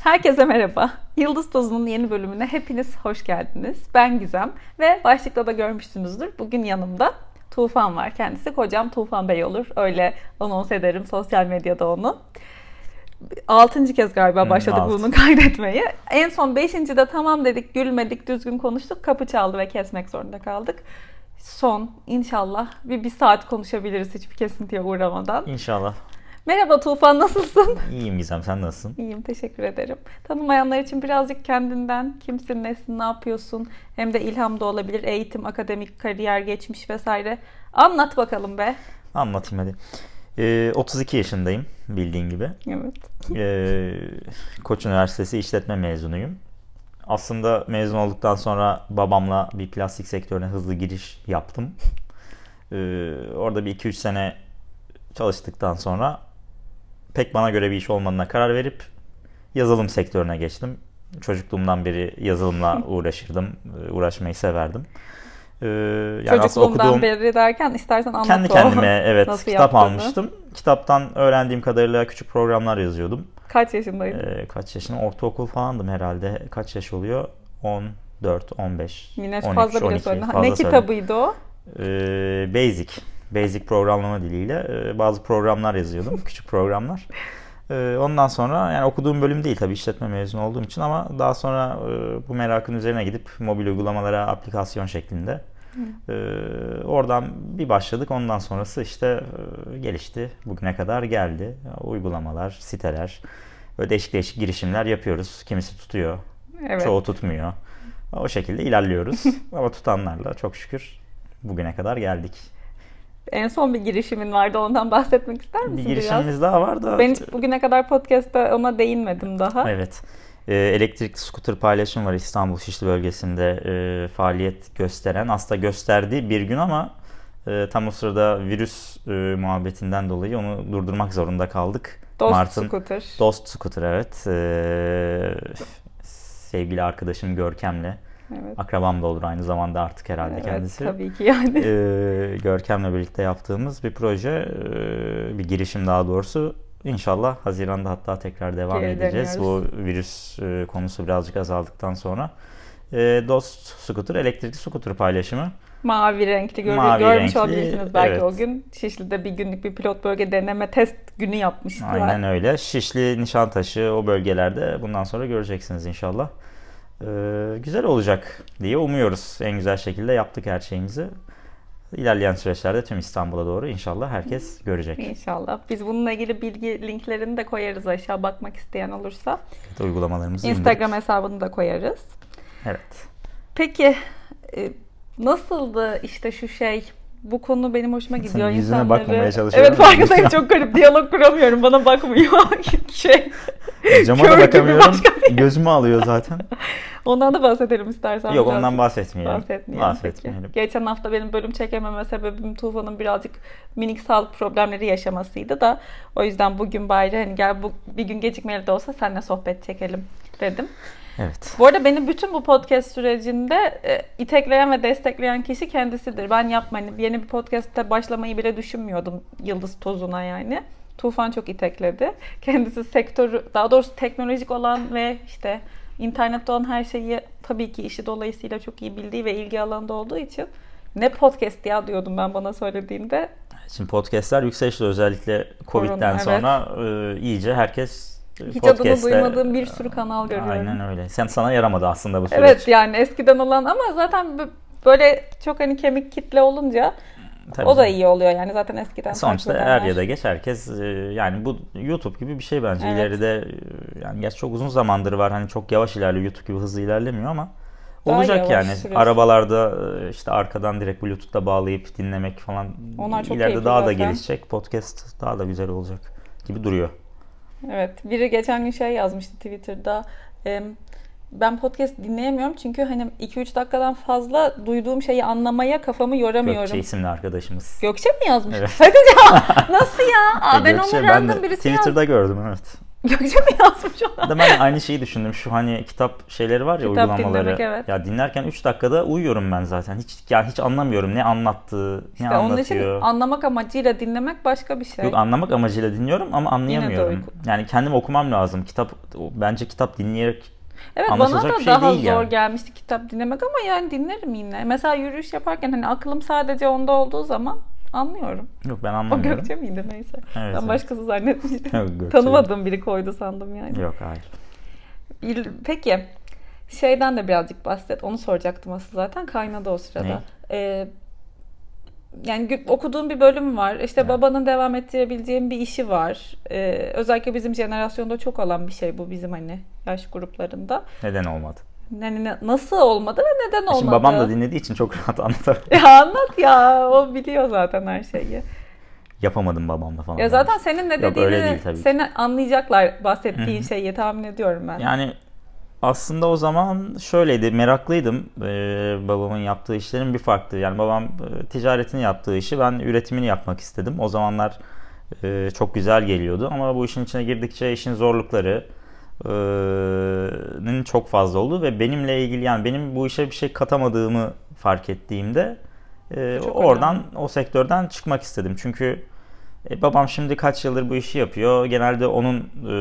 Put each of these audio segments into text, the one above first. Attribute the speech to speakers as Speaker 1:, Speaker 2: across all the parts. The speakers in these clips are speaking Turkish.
Speaker 1: Herkese merhaba. Yıldız Tozu'nun yeni bölümüne hepiniz hoş geldiniz. Ben Gizem ve başlıkta da görmüşsünüzdür. Bugün yanımda Tufan var. Kendisi kocam Tufan Bey olur. Öyle anons ederim sosyal medyada onu. Altıncı kez galiba
Speaker 2: Hmm,
Speaker 1: başladık
Speaker 2: altı.
Speaker 1: bunu kaydetmeyi. En son beşinci de tamam dedik, gülmedik, düzgün konuştuk. Kapı çaldı ve kesmek zorunda kaldık. Son inşallah bir, bir saat konuşabiliriz hiçbir kesintiye uğramadan.
Speaker 2: İnşallah.
Speaker 1: Merhaba Tufan nasılsın?
Speaker 2: İyiyim Gizem sen nasılsın?
Speaker 1: İyiyim, teşekkür ederim. Tanımayanlar için birazcık kendinden, kimsin, nesin, ne yapıyorsun? Hem de ilham da olabilir, eğitim, akademik, kariyer, geçmiş vesaire. Anlat bakalım be.
Speaker 2: Anlatayım hadi. Ee, 32 yaşındayım bildiğin gibi.
Speaker 1: Evet.
Speaker 2: Ee, Koç Üniversitesi işletme mezunuyum. Aslında mezun olduktan sonra babamla bir plastik sektörüne hızlı giriş yaptım. Ee, orada bir 2-3 sene çalıştıktan sonra pek bana göre bir iş olmadığına karar verip yazılım sektörüne geçtim. Çocukluğumdan beri yazılımla uğraşırdım. Ee, Uğraşmayı severdim. Ee, yani aslında
Speaker 1: Çocukluğumdan
Speaker 2: okuduğum-
Speaker 1: beri derken istersen anlat
Speaker 2: Kendi
Speaker 1: o.
Speaker 2: kendime evet
Speaker 1: Nasıl
Speaker 2: kitap
Speaker 1: yaptığını.
Speaker 2: almıştım. Kitaptan öğrendiğim kadarıyla küçük programlar yazıyordum.
Speaker 1: Kaç yaşındaydın?
Speaker 2: Ee, kaç yaşında? Ortaokul falandım herhalde. Kaç yaş oluyor? 14, 15,
Speaker 1: Yine
Speaker 2: 13,
Speaker 1: fazla bile
Speaker 2: 12.
Speaker 1: söyledin. Ha,
Speaker 2: Fazla
Speaker 1: ne
Speaker 2: söyledim.
Speaker 1: kitabıydı o?
Speaker 2: Ee, Basic. Basic programlama diliyle e, bazı programlar yazıyordum. küçük programlar. Ee, ondan sonra yani okuduğum bölüm değil tabii işletme mezunu olduğum için ama daha sonra e, bu merakın üzerine gidip mobil uygulamalara aplikasyon şeklinde e, oradan bir başladık. Ondan sonrası işte e, gelişti. Bugüne kadar geldi. Uygulamalar, siteler, böyle değişik değişik girişimler yapıyoruz. Kimisi tutuyor,
Speaker 1: Evet.
Speaker 2: çoğu tutmuyor. O şekilde ilerliyoruz. Ama tutanlarla çok şükür bugüne kadar geldik.
Speaker 1: En son bir girişimin vardı. Ondan bahsetmek ister misin
Speaker 2: Bir
Speaker 1: biraz?
Speaker 2: girişimimiz daha var da
Speaker 1: Ben hiç bugüne kadar podcast'ta ona değinmedim daha.
Speaker 2: Evet. Ee, Elektrikli scooter paylaşım var İstanbul Şişli bölgesinde e, faaliyet gösteren. Aslında gösterdiği bir gün ama e, tam o sırada virüs e, muhabbetinden dolayı onu durdurmak zorunda kaldık.
Speaker 1: Dost
Speaker 2: Mart'ın
Speaker 1: Scooter.
Speaker 2: Dost Scooter evet. Ee, sevgili arkadaşım Görkem'le.
Speaker 1: Evet.
Speaker 2: Akrabam da olur aynı zamanda artık herhalde
Speaker 1: Evet,
Speaker 2: kendisi.
Speaker 1: tabii ki yani.
Speaker 2: Ee, Görkem'le birlikte yaptığımız bir proje, ee, bir girişim daha doğrusu. İnşallah Haziran'da hatta tekrar devam
Speaker 1: Geri
Speaker 2: edeceğiz. Bu
Speaker 1: dönüyoruz.
Speaker 2: virüs e, konusu birazcık azaldıktan sonra. Ee, Dost Scooter, elektrikli scooter paylaşımı.
Speaker 1: Mavi renkli görü-
Speaker 2: Mavi
Speaker 1: görmüş
Speaker 2: renkli,
Speaker 1: olabilirsiniz belki
Speaker 2: evet.
Speaker 1: o gün. Şişli'de bir günlük bir pilot bölge deneme test günü yapmışlar.
Speaker 2: Aynen öyle. Şişli, Nişantaşı o bölgelerde bundan sonra göreceksiniz inşallah. Ee, güzel olacak diye umuyoruz. En güzel şekilde yaptık her şeyimizi. İlerleyen süreçlerde tüm İstanbul'a doğru inşallah herkes görecek.
Speaker 1: İnşallah. Biz bununla ilgili bilgi linklerini de koyarız aşağı bakmak isteyen olursa.
Speaker 2: Evet, uygulamalarımızı
Speaker 1: Instagram
Speaker 2: indirip-
Speaker 1: hesabını da koyarız.
Speaker 2: Evet.
Speaker 1: Peki e, nasıldı işte şu şey? Bu konu benim hoşuma
Speaker 2: Senin
Speaker 1: gidiyor.
Speaker 2: yüzüne
Speaker 1: insanları.
Speaker 2: bakmamaya çalışıyorum.
Speaker 1: Evet farkındayım çok garip diyalog kuramıyorum. Bana bakmıyor şey.
Speaker 2: Cama
Speaker 1: Kör
Speaker 2: da
Speaker 1: gibi
Speaker 2: bakamıyorum.
Speaker 1: başka
Speaker 2: Gözümü alıyor zaten.
Speaker 1: Ondan da bahsedelim istersen.
Speaker 2: Yok
Speaker 1: biraz.
Speaker 2: ondan bahsetmeyelim.
Speaker 1: Bahsetmeyelim.
Speaker 2: Bahsetmeyelim.
Speaker 1: peki. Geçen hafta benim bölüm çekememe sebebim Tufan'ın birazcık minik sağlık problemleri yaşamasıydı da o yüzden bugün bari hani gel bu bir gün gecikmeli de olsa seninle sohbet çekelim dedim.
Speaker 2: Evet.
Speaker 1: Bu arada beni bütün bu podcast sürecinde e, itekleyen ve destekleyen kişi kendisidir. Ben yapma hani yeni bir podcast'te başlamayı bile düşünmüyordum Yıldız Tozu'na yani. Tufan çok itekledi. Kendisi sektörü, daha doğrusu teknolojik olan ve işte internette olan her şeyi tabii ki işi dolayısıyla çok iyi bildiği ve ilgi alanında olduğu için ne podcast ya diyordum ben bana söylediğinde.
Speaker 2: Şimdi podcastler yükselişte özellikle Covid'den
Speaker 1: evet.
Speaker 2: sonra e, iyice herkes e,
Speaker 1: Hiç adını
Speaker 2: podcast'e-
Speaker 1: duymadığım bir sürü kanal görüyorum.
Speaker 2: Aynen öyle. Sen sana yaramadı aslında bu süreç.
Speaker 1: Evet yani eskiden olan ama zaten bö- böyle çok hani kemik kitle olunca
Speaker 2: Tabii
Speaker 1: o da
Speaker 2: canım.
Speaker 1: iyi oluyor yani zaten eskiden
Speaker 2: Sonuçta
Speaker 1: takip
Speaker 2: er
Speaker 1: edenler.
Speaker 2: ya da geç herkes e, yani bu YouTube gibi bir şey bence
Speaker 1: Evet.
Speaker 2: ileride e, yani gerçi çok uzun zamandır var hani çok yavaş ilerliyor YouTube gibi hızlı ilerlemiyor ama
Speaker 1: Daha yavaş
Speaker 2: olacak yani
Speaker 1: sürüyor.
Speaker 2: arabalarda e, işte arkadan direkt Bluetooth'la bağlayıp dinlemek falan
Speaker 1: Onlar çok
Speaker 2: ileride
Speaker 1: keyifli
Speaker 2: daha da
Speaker 1: zaten.
Speaker 2: gelişecek podcast daha da güzel olacak gibi duruyor.
Speaker 1: Evet biri geçen gün şey yazmıştı Twitter'da em, ben podcast dinleyemiyorum çünkü hani 2-3 dakikadan fazla duyduğum şeyi anlamaya kafamı yoramıyorum.
Speaker 2: Gökçe isimli arkadaşımız.
Speaker 1: Gökçe mi yazmış?
Speaker 2: Evet.
Speaker 1: Sakın ya. Nasıl ya? Aa, ben
Speaker 2: Gökçe,
Speaker 1: onu
Speaker 2: ben de
Speaker 1: random birisi yazdı.
Speaker 2: Twitter'da gördüm evet.
Speaker 1: Gökçe mi yazmış ona?
Speaker 2: Bir de ben aynı şeyi düşündüm. Şu hani kitap şeyleri var ya
Speaker 1: Kitap
Speaker 2: uygulamaları.
Speaker 1: dinlemek, evet.
Speaker 2: Ya dinlerken 3 dakikada uyuyorum ben zaten. Hiç yani hiç anlamıyorum ne anlattığı, ne
Speaker 1: İşte onun için
Speaker 2: anlatıyor.
Speaker 1: anlamak amacıyla dinlemek başka bir şey.
Speaker 2: Yok anlamak amacıyla dinliyorum ama anlayamıyorum.
Speaker 1: uyku.
Speaker 2: Yani kendim okumam lazım. Kitap o- bence kitap dinleyerek
Speaker 1: Evet bana
Speaker 2: Anlaşılacak
Speaker 1: da
Speaker 2: bir şey
Speaker 1: daha
Speaker 2: değil
Speaker 1: zor
Speaker 2: yani.
Speaker 1: gelmişti kitap dinlemek ama yani dinlerim yine. Mesela yürüyüş yaparken hani aklım sadece onda olduğu zaman anlıyorum.
Speaker 2: yok ben
Speaker 1: O
Speaker 2: anlamıyorum.
Speaker 1: Gökçe miydi neyse.
Speaker 2: Evet,
Speaker 1: ben
Speaker 2: evet.
Speaker 1: başkası zannetmiştim.
Speaker 2: Yok, Gökçe.
Speaker 1: Tanımadığım biri koydu sandım yani.
Speaker 2: Yok hayır.
Speaker 1: İl- Peki şeyden de birazcık bahset. Onu soracaktım aslında zaten kaynadı o
Speaker 2: Ne?
Speaker 1: sırada. Ee, yani gü- okuduğum bir bölüm var. İşte
Speaker 2: Evet.
Speaker 1: babanın devam ettirebileceğim bir işi var. Ee, özellikle bizim jenerasyonda çok olan bir şey bu bizim hani yaş gruplarında.
Speaker 2: Neden olmadı?
Speaker 1: Yani ne- nasıl olmadı ve neden olmadı?
Speaker 2: E, Şimdi babam da dinlediği için çok rahat anlatar.
Speaker 1: Ya anlat ya. O biliyor zaten her şeyi.
Speaker 2: Yapamadım babamla falan.
Speaker 1: Ya zaten senin ne
Speaker 2: Yok, öyle
Speaker 1: dediğini
Speaker 2: değil tabii ki.
Speaker 1: seni anlayacaklar bahsettiğin şeyi tahmin ediyorum ben.
Speaker 2: Yani aslında o zaman şöyleydi meraklıydım Ee, babamın yaptığı işlerin bir farklı yani babam e, ticaretini yaptığı işi ben üretimini yapmak istedim o zamanlar e, çok güzel geliyordu ama bu işin içine girdikçe işin zorlukları e, nin çok fazla oldu ve benimle ilgili yani benim bu işe bir şey katamadığımı fark ettiğimde e,
Speaker 1: Çok
Speaker 2: oradan
Speaker 1: önemli.
Speaker 2: o sektörden çıkmak istedim çünkü e, babam şimdi kaç yıldır bu işi yapıyor. Genelde onun e,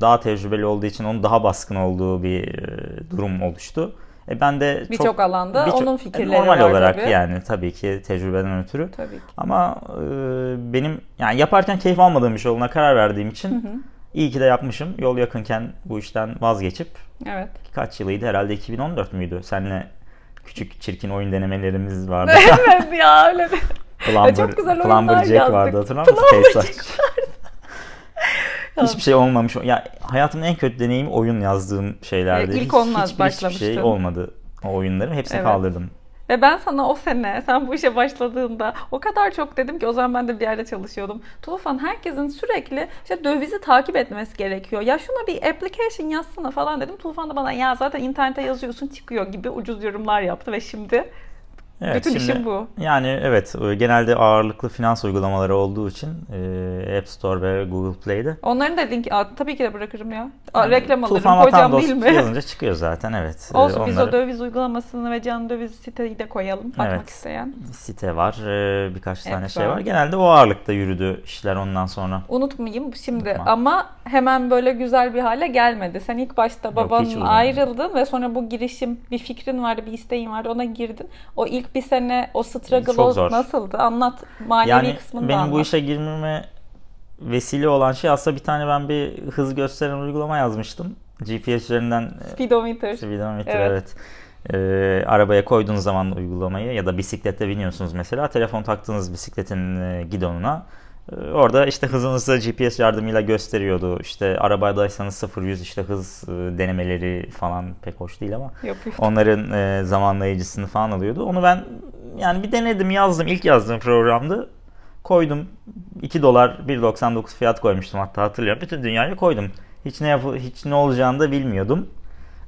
Speaker 2: daha tecrübeli olduğu için onun daha baskın olduğu bir e, durum oluştu. E, ben de çok-
Speaker 1: Birçok alanda
Speaker 2: birçok-
Speaker 1: onun
Speaker 2: e,
Speaker 1: fikirleri
Speaker 2: normal
Speaker 1: var
Speaker 2: olarak
Speaker 1: tabii.
Speaker 2: yani tabii ki tecrübeden ötürü.
Speaker 1: Tabii ki.
Speaker 2: Ama e, benim yani yaparken keyif almadığım bir şey olduğuna karar verdiğim için iyi ki de yapmışım. Yol yakınken bu işten vazgeçip
Speaker 1: Evet.
Speaker 2: kaç yılıydı herhalde 2014 müydü? Seninle küçük çirkin oyun denemelerimiz vardı.
Speaker 1: evet ya öyle bir.
Speaker 2: Plumber,
Speaker 1: Çok güzel oyunlar
Speaker 2: Plumber Jack
Speaker 1: yazdık.
Speaker 2: vardı hatırlar mısın?
Speaker 1: Plumber
Speaker 2: Case Watch. Hiçbir şey olmamış. Ya hayatımın en kötü deneyimi oyun yazdığım şeylerdi.
Speaker 1: E, ilk
Speaker 2: Hiç-
Speaker 1: onunla
Speaker 2: hiçbir, hiçbir
Speaker 1: başlamıştın.
Speaker 2: şey olmadı o oyunların. Hepsini
Speaker 1: Evet.
Speaker 2: kaldırdım.
Speaker 1: Ve ben sana o sene, sen bu işe başladığında o kadar çok dedim ki o zaman ben de bir yerde çalışıyordum. Tufan herkesin sürekli işte dövizi takip etmesi gerekiyor. Ya şuna bir application yazsana falan dedim. Tufan da bana ya zaten internete yazıyorsun çıkıyor gibi ucuz yorumlar yaptı ve şimdi
Speaker 2: Evet,
Speaker 1: Bütün
Speaker 2: şimdi-
Speaker 1: işim bu.
Speaker 2: Yani evet e, genelde ağırlıklı finans uygulamaları olduğu için e, App Store ve Google Play'de.
Speaker 1: onların da linki Aa, tabii ki de bırakırım ya. Aa, Reklam alırım
Speaker 2: Tufan
Speaker 1: kocam
Speaker 2: Vatandoz
Speaker 1: değil mi?
Speaker 2: yazınca çıkıyor zaten evet. E,
Speaker 1: Olsun biz o
Speaker 2: onları-
Speaker 1: döviz uygulamasını ve can döviz siteyi de koyalım bakmak
Speaker 2: Evet.
Speaker 1: isteyen.
Speaker 2: site var e, birkaç tane
Speaker 1: App
Speaker 2: şey
Speaker 1: var.
Speaker 2: var. Genelde o ağırlıkta yürüdü işler ondan sonra.
Speaker 1: Unutmayayım şimdi
Speaker 2: Unutma.
Speaker 1: ama hemen böyle güzel bir hale gelmedi. Sen ilk başta
Speaker 2: hiç
Speaker 1: babanın
Speaker 2: uygun
Speaker 1: ayrıldın ve sonra bu girişim bir fikrin vardı, bir isteğin vardı ona girdin. O ilk bir sene o struggle
Speaker 2: Çok
Speaker 1: o
Speaker 2: zor.
Speaker 1: nasıldı? Anlat manevi
Speaker 2: Yani
Speaker 1: kısmını da
Speaker 2: benim
Speaker 1: anlat.
Speaker 2: bu işe girmeme vesile olan şey aslında bir tane ben bir hız gösteren uygulama yazmıştım. GPS üzerinden
Speaker 1: Speedometer.
Speaker 2: e, speedometre
Speaker 1: Evet.
Speaker 2: evet. E, arabaya koyduğunuz zaman uygulamayı ya da bisiklette biniyorsunuz mesela telefon taktığınız bisikletin e, gidonuna E, orada işte hızınızı GPS yardımıyla gösteriyordu. İşte arabadaysanız 0-100 işte hız e, denemeleri falan pek hoş değil ama
Speaker 1: Yapıyor.
Speaker 2: Onların e, zamanlayıcısını falan alıyordu. Onu ben yani bir denedim yazdım. İlk yazdığım programdı. Koydum. 2 dolar 1.99 fiyat koymuştum hatta hatırlıyorum. Bütün dünyaya koydum. Hiç ne yap hiç ne olacağını da bilmiyordum.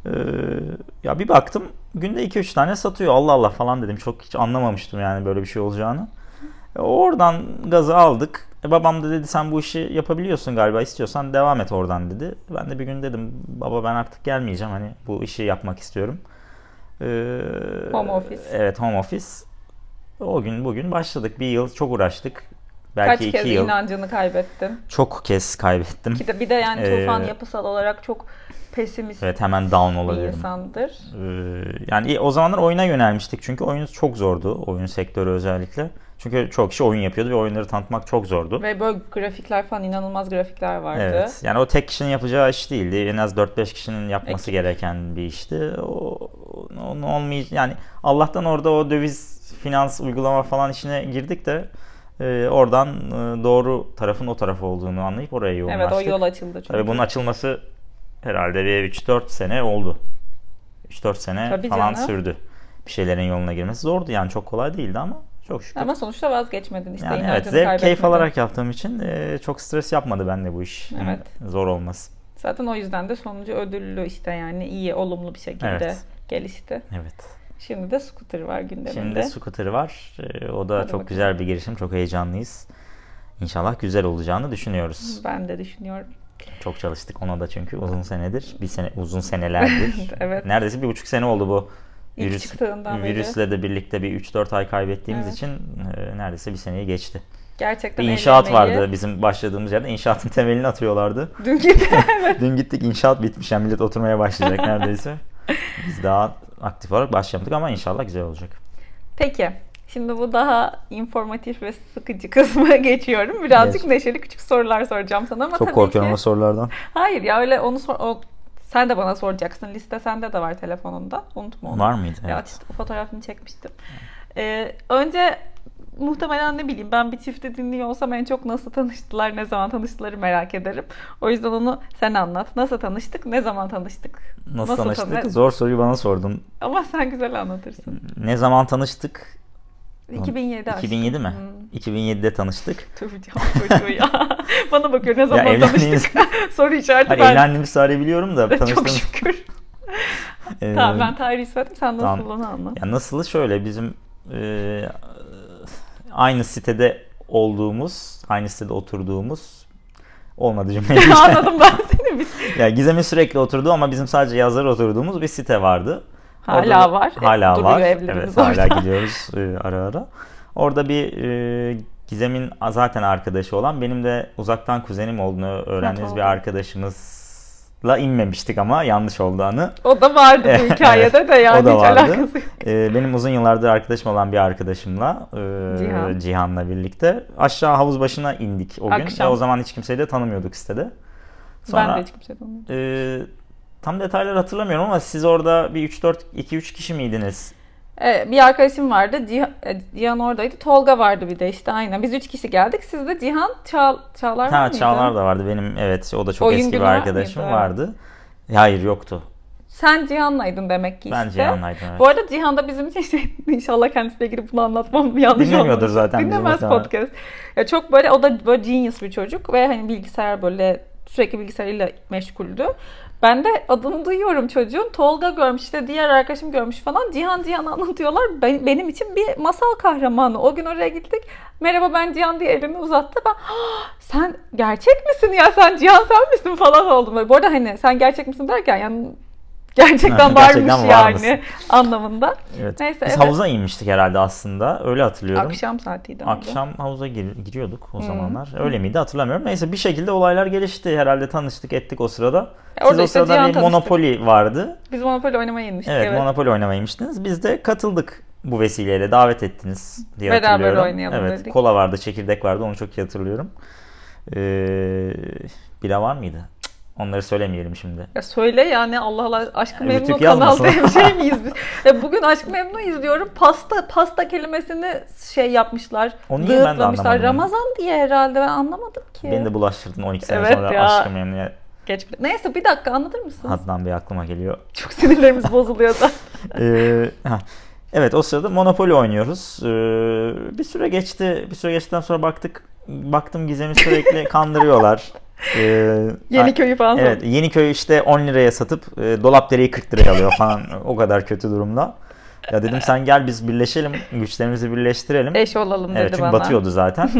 Speaker 2: Ee, ya bir baktım günde 2-3 tane satıyor. Allah Allah falan dedim. Çok hiç anlamamıştım yani böyle bir şey olacağını. E, Oradan gazı aldık. E, babam da dedi sen bu işi yapabiliyorsun galiba istiyorsan devam et oradan dedi. Ben de bir gün dedim baba ben artık gelmeyeceğim hani bu işi yapmak istiyorum. Ee,
Speaker 1: Home office.
Speaker 2: Evet home office. O gün bugün başladık. Bir yıl çok uğraştık.
Speaker 1: Kaç
Speaker 2: Belki
Speaker 1: kez
Speaker 2: iki yıl.
Speaker 1: inancını kaybettin?
Speaker 2: Çok kez kaybettim.
Speaker 1: Bir de, bir de yani Tufan
Speaker 2: Ee,
Speaker 1: yapısal olarak çok pesimist
Speaker 2: Evet hemen down
Speaker 1: bir
Speaker 2: olabilirim.
Speaker 1: insandır.
Speaker 2: Ee, yani o zamanlar oyuna yönelmiştik çünkü oyun çok zordu. Oyun sektörü özellikle. Çünkü çok kişi oyun yapıyordu ve oyunları tanıtmak çok zordu.
Speaker 1: Ve böyle grafikler falan inanılmaz grafikler vardı.
Speaker 2: Evet. Yani o tek kişinin yapacağı iş değildi. En az 4-5 kişinin yapması
Speaker 1: Ekip.
Speaker 2: gereken bir işti. O, onun olmay yani Allah'tan orada o döviz finans uygulama falan işine girdik de e, oradan e, doğru tarafın o tarafı olduğunu anlayıp oraya yoğunlaştık.
Speaker 1: Evet o yol açıldı çünkü.
Speaker 2: Tabii bunun açılması herhalde bir 3-4 sene oldu. 3-4 sene
Speaker 1: Tabii
Speaker 2: falan
Speaker 1: canım.
Speaker 2: sürdü. Bir şeylerin yoluna girmesi zordu yani çok kolay değildi ama çok şükür.
Speaker 1: Ama sonuçta vazgeçmedin işte
Speaker 2: Yani evet
Speaker 1: inancını
Speaker 2: zevk keyif
Speaker 1: kaybetmedin.
Speaker 2: alarak yaptığım için e, çok stres yapmadı bende bu iş.
Speaker 1: Evet.
Speaker 2: Zor olması.
Speaker 1: Zaten o yüzden de sonucu ödüllü işte yani iyi, olumlu bir şekilde
Speaker 2: Evet.
Speaker 1: gelişti.
Speaker 2: Evet.
Speaker 1: Şimdi de scooter var gündeminde.
Speaker 2: Şimdi scooter var. E, o da
Speaker 1: Hadi
Speaker 2: çok
Speaker 1: bakalım.
Speaker 2: güzel bir girişim. Çok heyecanlıyız. İnşallah güzel olacağını düşünüyoruz.
Speaker 1: Ben de düşünüyorum.
Speaker 2: Çok çalıştık ona da çünkü uzun senedir. Bir sene uzun senelerdir.
Speaker 1: Evet.
Speaker 2: Neredeyse bir buçuk sene oldu bu.
Speaker 1: İlk çıktığından beri.
Speaker 2: virüsle de birlikte bir 3-4 ay kaybettiğimiz
Speaker 1: Evet.
Speaker 2: için e, neredeyse bir seneyi geçti.
Speaker 1: Gerçekten
Speaker 2: Bir
Speaker 1: el
Speaker 2: inşaat
Speaker 1: emeği.
Speaker 2: vardı bizim başladığımız yerde. inşaatın temelini atıyorlardı.
Speaker 1: Dün gibi evet.
Speaker 2: Dün gittik inşaat bitmiş. Yani millet oturmaya başlayacak neredeyse. Biz daha aktif olarak başlayamadık ama inşallah güzel olacak.
Speaker 1: Peki. Şimdi bu daha informatif ve sıkıcı kısma geçiyorum. Birazcık
Speaker 2: Geç.
Speaker 1: neşeli küçük sorular soracağım sana ama
Speaker 2: Çok
Speaker 1: tabii
Speaker 2: korkuyorum
Speaker 1: ki...
Speaker 2: o sorulardan.
Speaker 1: Hayır ya öyle onu sor... o- Sen de bana soracaksın. Liste sende de var telefonunda. Unutma onu.
Speaker 2: Var mıydı?
Speaker 1: Ya
Speaker 2: Evet.
Speaker 1: işte fotoğrafını çekmiştim. Ee, önce muhtemelen ne bileyim ben bir çifti dinliyor olsam en çok nasıl tanıştılar, ne zaman tanıştıları merak ederim. O yüzden onu sen anlat. Nasıl tanıştık, ne zaman tanıştık?
Speaker 2: Nasıl, tanıştık?
Speaker 1: tanı-
Speaker 2: Zor soruyu bana sordun.
Speaker 1: Ama sen güzel anlatırsın.
Speaker 2: Ne zaman tanıştık?
Speaker 1: 2007 aşkım.
Speaker 2: 2007 mi?
Speaker 1: Hmm.
Speaker 2: 2007'de tanıştık.
Speaker 1: Tövbe canım çocuğu ya. Bana bakıyor ne zaman
Speaker 2: evlendiğiniz-
Speaker 1: tanıştık. Soru işareti
Speaker 2: Hayır,
Speaker 1: ben.
Speaker 2: evlendiğimiz tarihi biliyorum da
Speaker 1: Çok
Speaker 2: tanıştığımız...
Speaker 1: şükür.
Speaker 2: Ee,
Speaker 1: tamam ben tarihi söyledim sen
Speaker 2: tamam.
Speaker 1: nasıllığını anlat.
Speaker 2: Ya nasıl şöyle bizim e, aynı sitede olduğumuz, aynı sitede oturduğumuz olmadı cümleyi.
Speaker 1: Anladım ben seni. Biz
Speaker 2: ya Gizem'in sürekli oturduğu ama bizim sadece yazları oturduğumuz bir site vardı.
Speaker 1: Hala
Speaker 2: da-
Speaker 1: var. E,
Speaker 2: Hala
Speaker 1: duruyor
Speaker 2: var.
Speaker 1: evlerimiz
Speaker 2: Evet, hala
Speaker 1: orada.
Speaker 2: gidiyoruz e, ara ara. Orada bir e, Gizem'in zaten arkadaşı olan benim de uzaktan kuzenim olduğunu öğrendiğimiz
Speaker 1: oldu.
Speaker 2: bir arkadaşımızla inmemiştik ama yanlış oldu anı.
Speaker 1: O da vardı bu
Speaker 2: Evet,
Speaker 1: hikayede de yani
Speaker 2: o da
Speaker 1: hiç
Speaker 2: vardı.
Speaker 1: alakası yok.
Speaker 2: Ee, benim uzun yıllardır arkadaşım olan bir arkadaşımla e,
Speaker 1: Cihan.
Speaker 2: Cihan'la birlikte aşağı havuz başına indik o gün.
Speaker 1: Akşam.
Speaker 2: Ve o zaman hiç kimseyi de tanımıyorduk sitede.
Speaker 1: Ben
Speaker 2: Sonra
Speaker 1: de hiç kimse tanımıyorum.
Speaker 2: e, tam detayları hatırlamıyorum ama siz orada bir 3 4 2 3 kişi miydiniz?
Speaker 1: Ee, bir arkadaşım vardı. Cih- e, Cihan oradaydı. Tolga vardı bir de işte aynen. Biz üç kişi geldik. Siz de Cihan, Çağ- Çağlar var
Speaker 2: Ha
Speaker 1: mıydı?
Speaker 2: Çağlar da vardı benim evet o da çok
Speaker 1: Oyun
Speaker 2: eski bir
Speaker 1: günü var
Speaker 2: arkadaşım
Speaker 1: mıydı?
Speaker 2: vardı. Hayır yoktu.
Speaker 1: Sen Cihan'laydın demek ki işte.
Speaker 2: Ben Cihan'laydım evet.
Speaker 1: Bu arada Cihan da bizim için şey, inşallah kendisiyle girip bunu anlatmam yanlış
Speaker 2: Dinlemiyordur
Speaker 1: olmasın.
Speaker 2: zaten bizim
Speaker 1: Dinlemez
Speaker 2: muhtemelen.
Speaker 1: podcast. Ya çok böyle o da böyle genius bir çocuk ve hani bilgisayar böyle sürekli bilgisayarıyla meşguldü. Ben de adını duyuyorum çocuğun. Tolga görmüş işte diğer arkadaşım görmüş falan. Cihan Cihan anlatıyorlar. Ben- benim için bir masal kahramanı. O gün oraya gittik. Merhaba ben Cihan diye elini uzattı. Ben "Ah, sen gerçek misin ya sen Cihan sen misin falan oldum. Böyle. Bu arada hani sen gerçek misin derken yani gerçekten varmış
Speaker 2: Gerçekten var
Speaker 1: yani
Speaker 2: mısın?
Speaker 1: anlamında.
Speaker 2: Evet.
Speaker 1: Neyse,
Speaker 2: Biz
Speaker 1: evet.
Speaker 2: havuza inmiştik herhalde aslında. Öyle hatırlıyorum.
Speaker 1: Akşam saatiydi. ama bu.
Speaker 2: Akşam havuza gir- giriyorduk o zamanlar. Öyle miydi hatırlamıyorum. Neyse bir şekilde olaylar gelişti. Herhalde tanıştık ettik o sırada.
Speaker 1: E,
Speaker 2: Siz
Speaker 1: orada
Speaker 2: o
Speaker 1: işte
Speaker 2: sırada
Speaker 1: Cihan
Speaker 2: bir
Speaker 1: tanıştık.
Speaker 2: Monopoly vardı.
Speaker 1: Biz Monopoly oynamaya inmiştik.
Speaker 2: Evet,
Speaker 1: evet.
Speaker 2: Monopoly oynamaya Biz de katıldık bu vesileyle. Davet ettiniz diye
Speaker 1: Beraber
Speaker 2: hatırlıyorum.
Speaker 1: oynayalım
Speaker 2: evet,
Speaker 1: dedik.
Speaker 2: Kola vardı, çekirdek vardı. Onu çok iyi hatırlıyorum. Ee, bira var mıydı? Cık, Onları söylemeyelim şimdi.
Speaker 1: Ya söyle yani Allah Allah aşk
Speaker 2: E,
Speaker 1: memnu
Speaker 2: Rütük
Speaker 1: kanal
Speaker 2: yazmasın.
Speaker 1: diye bir şey miyiz biz? Ya bugün aşk memnu izliyorum. Pasta pasta kelimesini şey yapmışlar.
Speaker 2: Onu niye ben de
Speaker 1: dığıtlamışlar.
Speaker 2: anlamadım.
Speaker 1: Ramazan diye herhalde ben anlamadım ki.
Speaker 2: Beni de bulaştırdın 12 sene
Speaker 1: Evet
Speaker 2: sonra
Speaker 1: ya.
Speaker 2: aşkı memnuniyet.
Speaker 1: Geç. Neyse bir dakika anlatır mısın?
Speaker 2: Adnan Bey aklıma geliyor.
Speaker 1: Çok sinirlerimiz bozuluyor da.
Speaker 2: Ee, ha. evet o sırada Monopoly oynuyoruz. Ee, bir süre geçti. Bir süre geçtikten sonra baktık. Baktım Gizem'i sürekli kandırıyorlar. Ee,
Speaker 1: Yeni
Speaker 2: ay-
Speaker 1: köyü falan
Speaker 2: Evet
Speaker 1: sordum.
Speaker 2: Yeniköy işte 10 liraya satıp e, Dolapdere'yi 40 liraya alıyor falan. o kadar kötü durumda. Ya dedim sen gel biz birleşelim. Güçlerimizi birleştirelim.
Speaker 1: Eş olalım dedi
Speaker 2: evet çünkü
Speaker 1: bana.
Speaker 2: batıyordu zaten.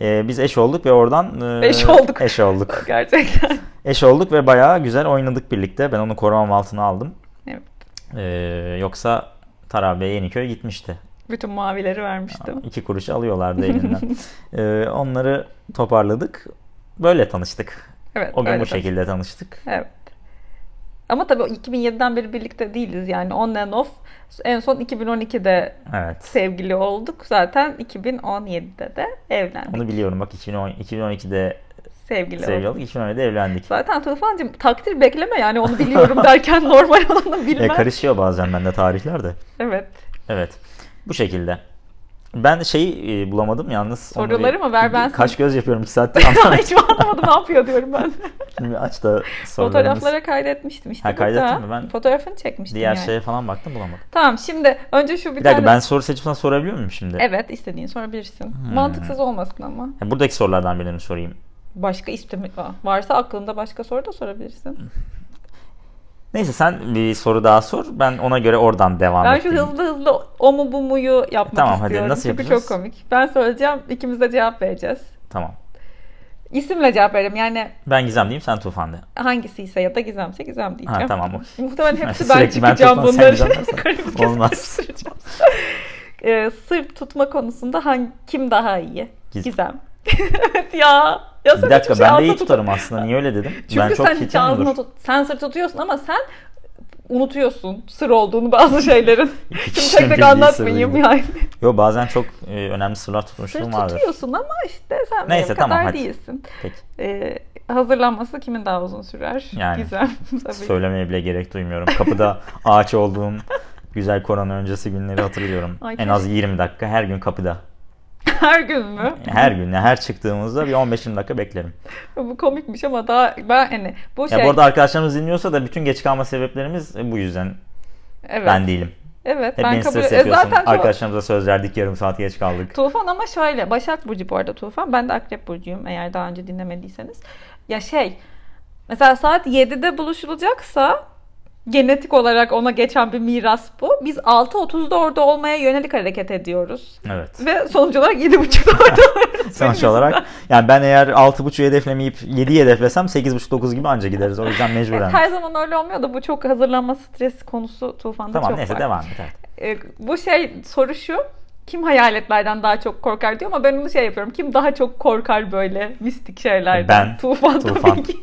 Speaker 2: Ee, biz eş olduk ve oradan e,
Speaker 1: Eş olduk.
Speaker 2: eş olduk.
Speaker 1: Gerçekten.
Speaker 2: Eş olduk ve bayağı güzel oynadık birlikte. Ben onu korumam altına aldım.
Speaker 1: Evet.
Speaker 2: Ee, yoksa Tarabya'ya Yeniköy gitmişti.
Speaker 1: Bütün mavileri vermiştim.
Speaker 2: İki kuruş alıyorlardı elinden. Ee, onları toparladık. Böyle tanıştık.
Speaker 1: Evet.
Speaker 2: O gün
Speaker 1: öyle
Speaker 2: bu
Speaker 1: tabii.
Speaker 2: şekilde tanıştık.
Speaker 1: Evet. Ama tabii o 2007'den beri birlikte değiliz yani on and off. En son 2012'de
Speaker 2: Evet.
Speaker 1: sevgili olduk. Zaten 2017'de de evlendik.
Speaker 2: Onu biliyorum bak 2010, 2012'de
Speaker 1: sevgili,
Speaker 2: sevgili
Speaker 1: olduk.
Speaker 2: olduk. 2012'de evlendik.
Speaker 1: Zaten Tufancığım takdir bekleme yani onu biliyorum derken normal olanı bilmem.
Speaker 2: Ya E, karışıyor bazen bende tarihler de.
Speaker 1: Evet.
Speaker 2: Evet. Bu şekilde. Ben şeyi e, bulamadım yalnız. onu bir-
Speaker 1: Soruları mı? Ver ben
Speaker 2: Kaç göz yapıyorum iki saattir anlamadım.
Speaker 1: Hiç anlamadım ne yapıyor diyorum ben.
Speaker 2: Şimdi aç da sorularımız.
Speaker 1: Fotoğraflara kaydetmiştim işte.
Speaker 2: Ha, kaydettin
Speaker 1: burada.
Speaker 2: mi? Ben
Speaker 1: Fotoğrafını çekmiştim
Speaker 2: Diğer
Speaker 1: yani.
Speaker 2: şeye falan baktım bulamadım.
Speaker 1: Tamam şimdi önce şu bir,
Speaker 2: Bir dakika
Speaker 1: tane.
Speaker 2: ben Hmm. soru seçip sana sorabiliyor muyum şimdi?
Speaker 1: Evet istediğin sorabilirsin. Mantıksız olmasın ama.
Speaker 2: Ya Buradaki sorulardan birini sorayım.
Speaker 1: Başka istemi Aa, varsa aklında başka soru da
Speaker 2: Hmm,
Speaker 1: sorabilirsin.
Speaker 2: Neyse sen bir soru daha sor. Ben ona göre oradan devam
Speaker 1: Ben şu
Speaker 2: edeyim.
Speaker 1: hızlı hızlı o mu bu muyu yapmak
Speaker 2: Tamam, hadi,
Speaker 1: istiyorum.
Speaker 2: nasıl
Speaker 1: Çünkü
Speaker 2: yapacağız?
Speaker 1: çok komik. Ben söyleyeceğim ikimiz de cevap vereceğiz.
Speaker 2: Tamam.
Speaker 1: İsimle cevap veririm. Yani
Speaker 2: Ben Gizem diyeyim sen Tufan de.
Speaker 1: hangisi ise ya da gizemse gizem diyeceğim.
Speaker 2: Ha, tamam okey.
Speaker 1: Muhtemelen hepsi ben
Speaker 2: Sürekli ben
Speaker 1: çıkacağım
Speaker 2: Tufan, sen
Speaker 1: bunları.
Speaker 2: Gizem dersen
Speaker 1: Kırmızı
Speaker 2: olmaz.
Speaker 1: kesip süreceğim. Ee, sırt tutma konusunda hangi, kim daha iyi?
Speaker 2: Giz-
Speaker 1: Gizem. Evet ya. ya sen
Speaker 2: Bir
Speaker 1: hiçbir
Speaker 2: dakika
Speaker 1: şey
Speaker 2: ben de iyi
Speaker 1: ağzına
Speaker 2: tutarım aslında. Niye öyle dedim?
Speaker 1: Çünkü
Speaker 2: ben çok
Speaker 1: sen hiç
Speaker 2: hitim
Speaker 1: ağzına
Speaker 2: olur.
Speaker 1: tut. Sen sır tutuyorsun ama sen unutuyorsun sır olduğunu bazı şeylerin. Şimdi
Speaker 2: Kişinin
Speaker 1: tek tek
Speaker 2: bildiği
Speaker 1: anlatmayayım
Speaker 2: sırrıydı.
Speaker 1: yani.
Speaker 2: Yo bazen çok e, önemli sırlar
Speaker 1: Sır
Speaker 2: tutmuşluğum vardır.
Speaker 1: tutuyorsun ama işte sen
Speaker 2: Neyse,
Speaker 1: benim
Speaker 2: tamam,
Speaker 1: kadar
Speaker 2: hadi.
Speaker 1: değilsin.
Speaker 2: Peki.
Speaker 1: Ee, hazırlanması kimin daha uzun sürer?
Speaker 2: Yani.
Speaker 1: Gizem tabii.
Speaker 2: Söylemeye bile gerek duymuyorum. Kapıda ağaç olduğum güzel korona öncesi günleri hatırlıyorum.
Speaker 1: Ay,
Speaker 2: en az 20 dakika her gün kapıda.
Speaker 1: Her gün mü?
Speaker 2: Her gün her çıktığımızda bir 15-20 dakika beklerim.
Speaker 1: Bu komikmiş ama daha ben hani bu şey
Speaker 2: Ya bu arada arkadaşlarımız dinliyorsa da bütün geç kalma sebeplerimiz e, bu yüzden.
Speaker 1: evet.
Speaker 2: Ben değilim.
Speaker 1: evet
Speaker 2: Hep
Speaker 1: ben
Speaker 2: beni
Speaker 1: kabul
Speaker 2: stres
Speaker 1: e,
Speaker 2: yapıyorsun.
Speaker 1: zaten tu-
Speaker 2: Arkadaşlarımıza söz verdik yarım saat geç kaldık.
Speaker 1: Tufan ama şöyle Başak Burcu bu arada Tufan ben de Akrep Burcu'yum eğer daha önce dinlemediyseniz. Ya şey mesela saat 7'de buluşulacaksa genetik olarak ona geçen bir miras bu. Biz 6.30'da orada olmaya yönelik hareket ediyoruz.
Speaker 2: Evet.
Speaker 1: Ve sonuç olarak 7.30'da orada oluruz.
Speaker 2: Sonuç olarak yani ben eğer 6.5'u hedeflemeyip 7'yi hedeflesem 8.5-9 gibi anca gideriz. O yüzden mecburen.
Speaker 1: E, Her zaman öyle olmuyor da bu çok hazırlanma stresi konusu Tufan'da
Speaker 2: Tamam
Speaker 1: çok
Speaker 2: neyse
Speaker 1: var.
Speaker 2: devam et. evet.
Speaker 1: E, bu şey soru şu. Kim hayaletlerden daha çok korkar diyor ama ben onu şey yapıyorum. Kim daha çok korkar böyle mistik şeylerden?
Speaker 2: Ben.
Speaker 1: Tufan,
Speaker 2: Tufan.
Speaker 1: tabii ki.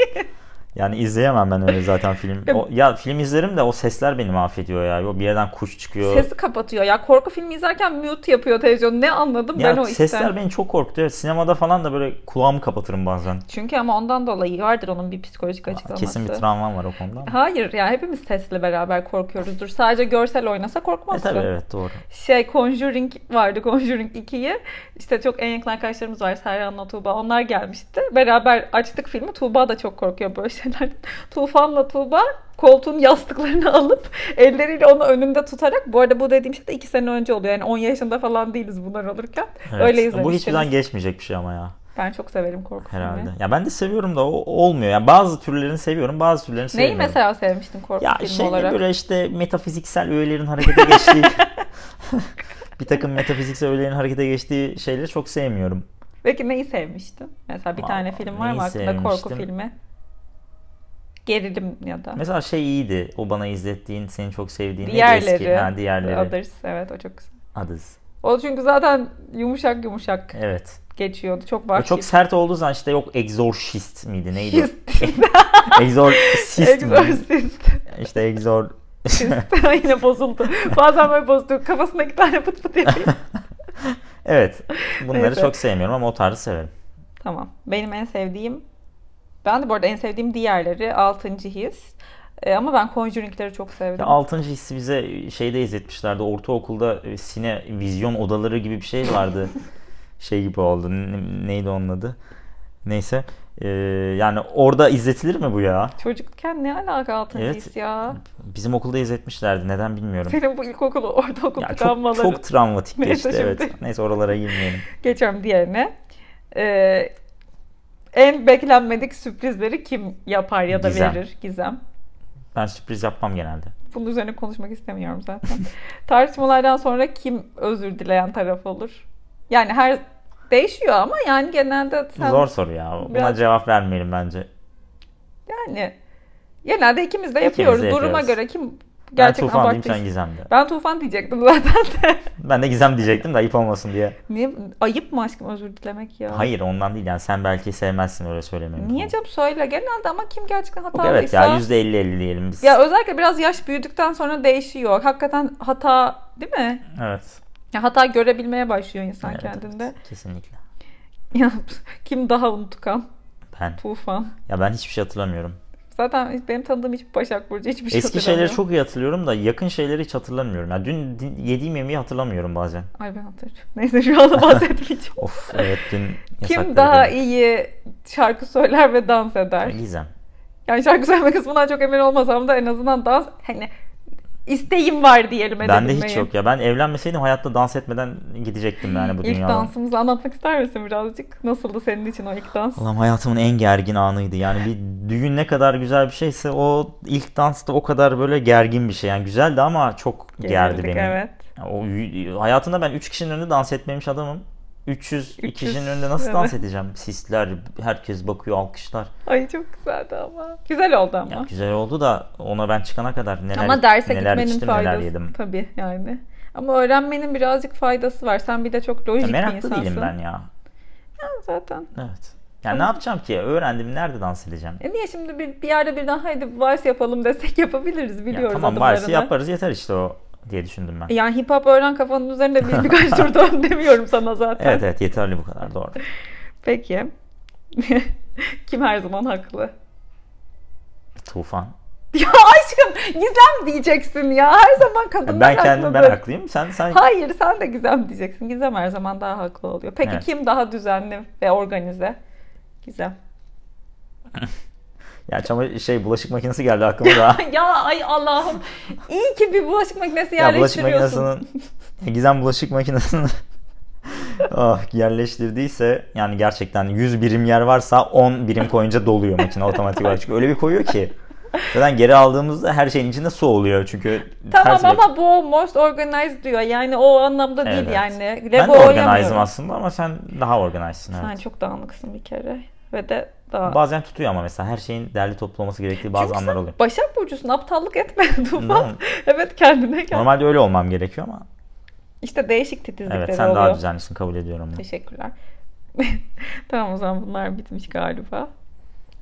Speaker 2: Yani izleyemem ben öyle zaten film. O- ya film izlerim de o sesler beni mahvediyor ya. O bir yerden kuş çıkıyor.
Speaker 1: Sesi kapatıyor ya. Korku filmi izlerken mute yapıyor televizyon. Ne anladım
Speaker 2: ya
Speaker 1: ben o
Speaker 2: sesler
Speaker 1: işten.
Speaker 2: beni çok korkutuyor. Sinemada falan da böyle kulağımı kapatırım bazen.
Speaker 1: Çünkü ama ondan dolayı vardır onun bir psikolojik açıklaması.
Speaker 2: Kesin bir travmam var o konuda. ama.
Speaker 1: Hayır ya hepimiz sesle beraber korkuyoruzdur. Sadece görsel oynasa
Speaker 2: E
Speaker 1: korkmazsın.
Speaker 2: tabii evet doğru.
Speaker 1: şey Conjuring vardı Conjuring 2'yi. İşte çok en yakın arkadaşlarımız var Serhan'la Tuğba. Onlar gelmişti. Beraber açtık filmi. Tuğba da çok korkuyor böyle şeyler. Tufan'la Tuğba koltuğun yastıklarını alıp elleriyle onu önünde tutarak bu arada bu dediğim şey de 2 sene önce oluyor. Yani 10 yaşında falan değiliz bunlar olurken.
Speaker 2: Evet.
Speaker 1: Öyle
Speaker 2: Bu
Speaker 1: izlemiştiniz.
Speaker 2: hiçbir zaman geçmeyecek bir şey ama ya.
Speaker 1: Ben çok severim korku
Speaker 2: Herhalde.
Speaker 1: filmi.
Speaker 2: Ya ben de seviyorum da o olmuyor. Yani bazı türlerini seviyorum, bazı türlerini
Speaker 1: Neyi
Speaker 2: sevmiyorum.
Speaker 1: mesela sevmiştin korku
Speaker 2: Ya
Speaker 1: filmi
Speaker 2: şey
Speaker 1: olarak?
Speaker 2: böyle işte metafiziksel öğelerin harekete geçtiği bir takım metafiziksel öğelerin harekete geçtiği şeyleri çok sevmiyorum.
Speaker 1: Peki neyi sevmiştin? Mesela bir tane
Speaker 2: Vallahi
Speaker 1: film var
Speaker 2: neyi
Speaker 1: mı aklında korku
Speaker 2: sevmiştim?
Speaker 1: filmi? Gerilim ya da.
Speaker 2: Mesela şey iyiydi. O bana izlettiğin, seni çok sevdiğin neydi eski?
Speaker 1: Diğerleri.
Speaker 2: Ha, diğerleri.
Speaker 1: Others. Evet o çok güzel.
Speaker 2: Others.
Speaker 1: O çünkü zaten yumuşak yumuşak
Speaker 2: Evet.
Speaker 1: geçiyordu. Çok
Speaker 2: O
Speaker 1: vahşi.
Speaker 2: çok sert olduğu zaman işte yok exorcist miydi neydi? o?
Speaker 1: Şist.
Speaker 2: Exorcist mi?
Speaker 1: Exorcist.
Speaker 2: İşte exor...
Speaker 1: Yine bozuldu. Bazen böyle bozdu. Kafasına iki tane pıt pıt yapayım.
Speaker 2: evet. Bunları
Speaker 1: Neyse.
Speaker 2: çok sevmiyorum ama o tarzı severim.
Speaker 1: tamam. Benim en sevdiğim ben de bu arada en sevdiğim diğerleri 6. his. E, ama ben Conjuring'leri çok sevdim.
Speaker 2: Ya altıncı hissi bize şeyde izletmişlerdi. Ortaokulda e, sine vizyon odaları gibi bir şey vardı. şey gibi oldu. Ne- neydi onun adı? Neyse. Ee, yani orada izletilir mi bu ya?
Speaker 1: Çocukken ne alaka 6.
Speaker 2: Evet.
Speaker 1: his ya?
Speaker 2: Bizim okulda izletmişlerdi. Neden bilmiyorum.
Speaker 1: Senin bu ilkokul, ortaokul
Speaker 2: Ya çok,
Speaker 1: travmaları.
Speaker 2: çok travmatik
Speaker 1: Neyse
Speaker 2: geçti. Evet.
Speaker 1: şimdi.
Speaker 2: Neyse oralara girmeyelim.
Speaker 1: Geçiyorum diğerine. Ee, en beklenmedik sürprizleri kim yapar ya da
Speaker 2: Gizem.
Speaker 1: verir? Gizem.
Speaker 2: Ben sürpriz yapmam genelde.
Speaker 1: Bunun üzerine konuşmak istemiyorum zaten. Tartışmalardan sonra kim özür dileyen taraf olur? Yani her değişiyor ama yani genelde sen
Speaker 2: Zor soru ya. Buna
Speaker 1: Biraz-
Speaker 2: cevap vermeyelim bence.
Speaker 1: yani genelde ikimiz de
Speaker 2: İkimiz de
Speaker 1: yapıyoruz. Duruma
Speaker 2: yapıyoruz.
Speaker 1: göre kim
Speaker 2: Ben
Speaker 1: gerçekten
Speaker 2: Tufan diyeyim
Speaker 1: abarttıysa-
Speaker 2: sen Gizem de.
Speaker 1: Ben Tufan diyecektim zaten de.
Speaker 2: Ben de Gizem diyecektim de ayıp olmasın diye.
Speaker 1: Niye? Ayıp mı aşkım özür dilemek ya?
Speaker 2: Hayır ondan değil yani sen belki sevmezsin öyle söylemeyi.
Speaker 1: Niye canım söyle genelde ama kim gerçekten
Speaker 2: Yok,
Speaker 1: hatalıysa.
Speaker 2: evet ya %50-50 diyelim biz.
Speaker 1: Ya özellikle biraz yaş büyüdükten sonra değişiyor. Hakikaten hata değil mi?
Speaker 2: evet.
Speaker 1: Ya hata görebilmeye başlıyor insan
Speaker 2: Evet,
Speaker 1: kendinde.
Speaker 2: evet, kesinlikle.
Speaker 1: Ya kim daha unutkan?
Speaker 2: Ben.
Speaker 1: Tufan.
Speaker 2: Ya ben hiçbir şey hatırlamıyorum.
Speaker 1: Zaten hiç- benim tanıdığım hiçbir Başak Burcu hiçbir şey
Speaker 2: Eski
Speaker 1: hatırlamıyor.
Speaker 2: şeyleri çok iyi hatırlıyorum da yakın şeyleri hiç hatırlamıyorum. Ya dün din- yediğim yemeği hatırlamıyorum bazen.
Speaker 1: Ay ben hatırlıyorum. Neyse şu anda bahsetmeyeceğim.
Speaker 2: Of evet dün
Speaker 1: kim
Speaker 2: yasakları
Speaker 1: daha
Speaker 2: dedim.
Speaker 1: iyi şarkı söyler ve dans eder?
Speaker 2: Gizem.
Speaker 1: Yani şarkı söyleme kısmından çok emin olmasam da en azından dans hani isteğim var diyelim
Speaker 2: Bende hiç
Speaker 1: edebilmeyi.
Speaker 2: yok ya. Ben evlenmeseydim hayatta dans etmeden gidecektim yani bu
Speaker 1: İlk
Speaker 2: dünyadan.
Speaker 1: dansımızı anlatmak ister misin birazcık? Nasıldı senin için o ilk dans?
Speaker 2: Allah'ım hayatımın en gergin anıydı. Yani bir düğün ne kadar güzel bir şeyse o ilk dans da o kadar böyle gergin bir şey. Yani güzeldi ama çok gerdi
Speaker 1: Gerildik,
Speaker 2: beni.
Speaker 1: Evet.
Speaker 2: Ya O, hayatında ben 3 kişinin önünde dans etmemiş adamım. 300,
Speaker 1: 300,
Speaker 2: kişinin önünde nasıl
Speaker 1: evet.
Speaker 2: dans edeceğim? Sisler, herkes bakıyor, alkışlar.
Speaker 1: Ay çok güzeldi ama. Güzel oldu ama.
Speaker 2: Ya güzel oldu da ona ben çıkana kadar neler
Speaker 1: ama derse
Speaker 2: neler
Speaker 1: gitmenin
Speaker 2: içtim,
Speaker 1: faydası
Speaker 2: neler yedim.
Speaker 1: tabii yani. Ama öğrenmenin birazcık faydası var. Sen bir de çok lojik
Speaker 2: Ya
Speaker 1: bir
Speaker 2: meraklı
Speaker 1: insansın.
Speaker 2: değilim ben ya.
Speaker 1: Zaten.
Speaker 2: Evet. Yani ne yapacağım ki? Öğrendim nerede dans edeceğim?
Speaker 1: E niye şimdi bir, bir yerde birden haydi vals yapalım desek yapabiliriz.
Speaker 2: Ya
Speaker 1: Biliyoruz
Speaker 2: tamam
Speaker 1: adımlarını. E,
Speaker 2: varsa yaparız yeter işte o diye düşündüm ben.
Speaker 1: Yani hip hop öğren kafanın üzerinde bir, birkaç tur dön demiyorum sana zaten.
Speaker 2: Evet evet yeterli bu kadar doğru.
Speaker 1: Peki. Kim her zaman haklı?
Speaker 2: Tufan.
Speaker 1: Ya aşkım Gizem diyeceksin ya. Her zaman kadınlar
Speaker 2: ben kendim ben
Speaker 1: haklıdır.
Speaker 2: haklıyım. Sen sen
Speaker 1: Hayır sen de Gizem diyeceksin. Gizem her zaman daha haklı oluyor. Peki
Speaker 2: Evet.
Speaker 1: kim daha düzenli ve organize? Gizem.
Speaker 2: ya çama şey bulaşık makinesi geldi aklıma da.
Speaker 1: ya ay Allah'ım. İyi ki bir bulaşık makinesi
Speaker 2: ya bulaşık
Speaker 1: yerleştiriyorsun.
Speaker 2: makinesinin Gizem bulaşık makinesini ah, yerleştirdiyse yani gerçekten 100 birim yer varsa 10 birim koyunca doluyor makine otomatik olarak. Çünkü öyle bir koyuyor ki. Zaten geri aldığımızda her şeyin içinde su oluyor çünkü.
Speaker 1: Tamam
Speaker 2: ters bir-
Speaker 1: ama bu most organized diyor. Yani o anlamda değil
Speaker 2: Evet.
Speaker 1: yani.
Speaker 2: Ben de
Speaker 1: Lego
Speaker 2: organize'ım
Speaker 1: oynamıyorum.
Speaker 2: aslında ama sen daha organize'sın. Evet.
Speaker 1: Sen çok dağınıksın bir kere. Ve de daha...
Speaker 2: Bazen tutuyor ama mesela her şeyin derli toplaması gerektiği bazı
Speaker 1: Çünkü
Speaker 2: anlar
Speaker 1: sen
Speaker 2: oluyor.
Speaker 1: Başak Burcu'sun aptallık etme Tufan.
Speaker 2: Normal-
Speaker 1: evet kendine gel.
Speaker 2: Normalde öyle olmam gerekiyor ama
Speaker 1: İşte değişik titizlikleri
Speaker 2: evet sen
Speaker 1: oluyor.
Speaker 2: daha düzenlisin kabul ediyorum. bunu.
Speaker 1: Teşekkürler. tamam o zaman bunlar bitmiş galiba.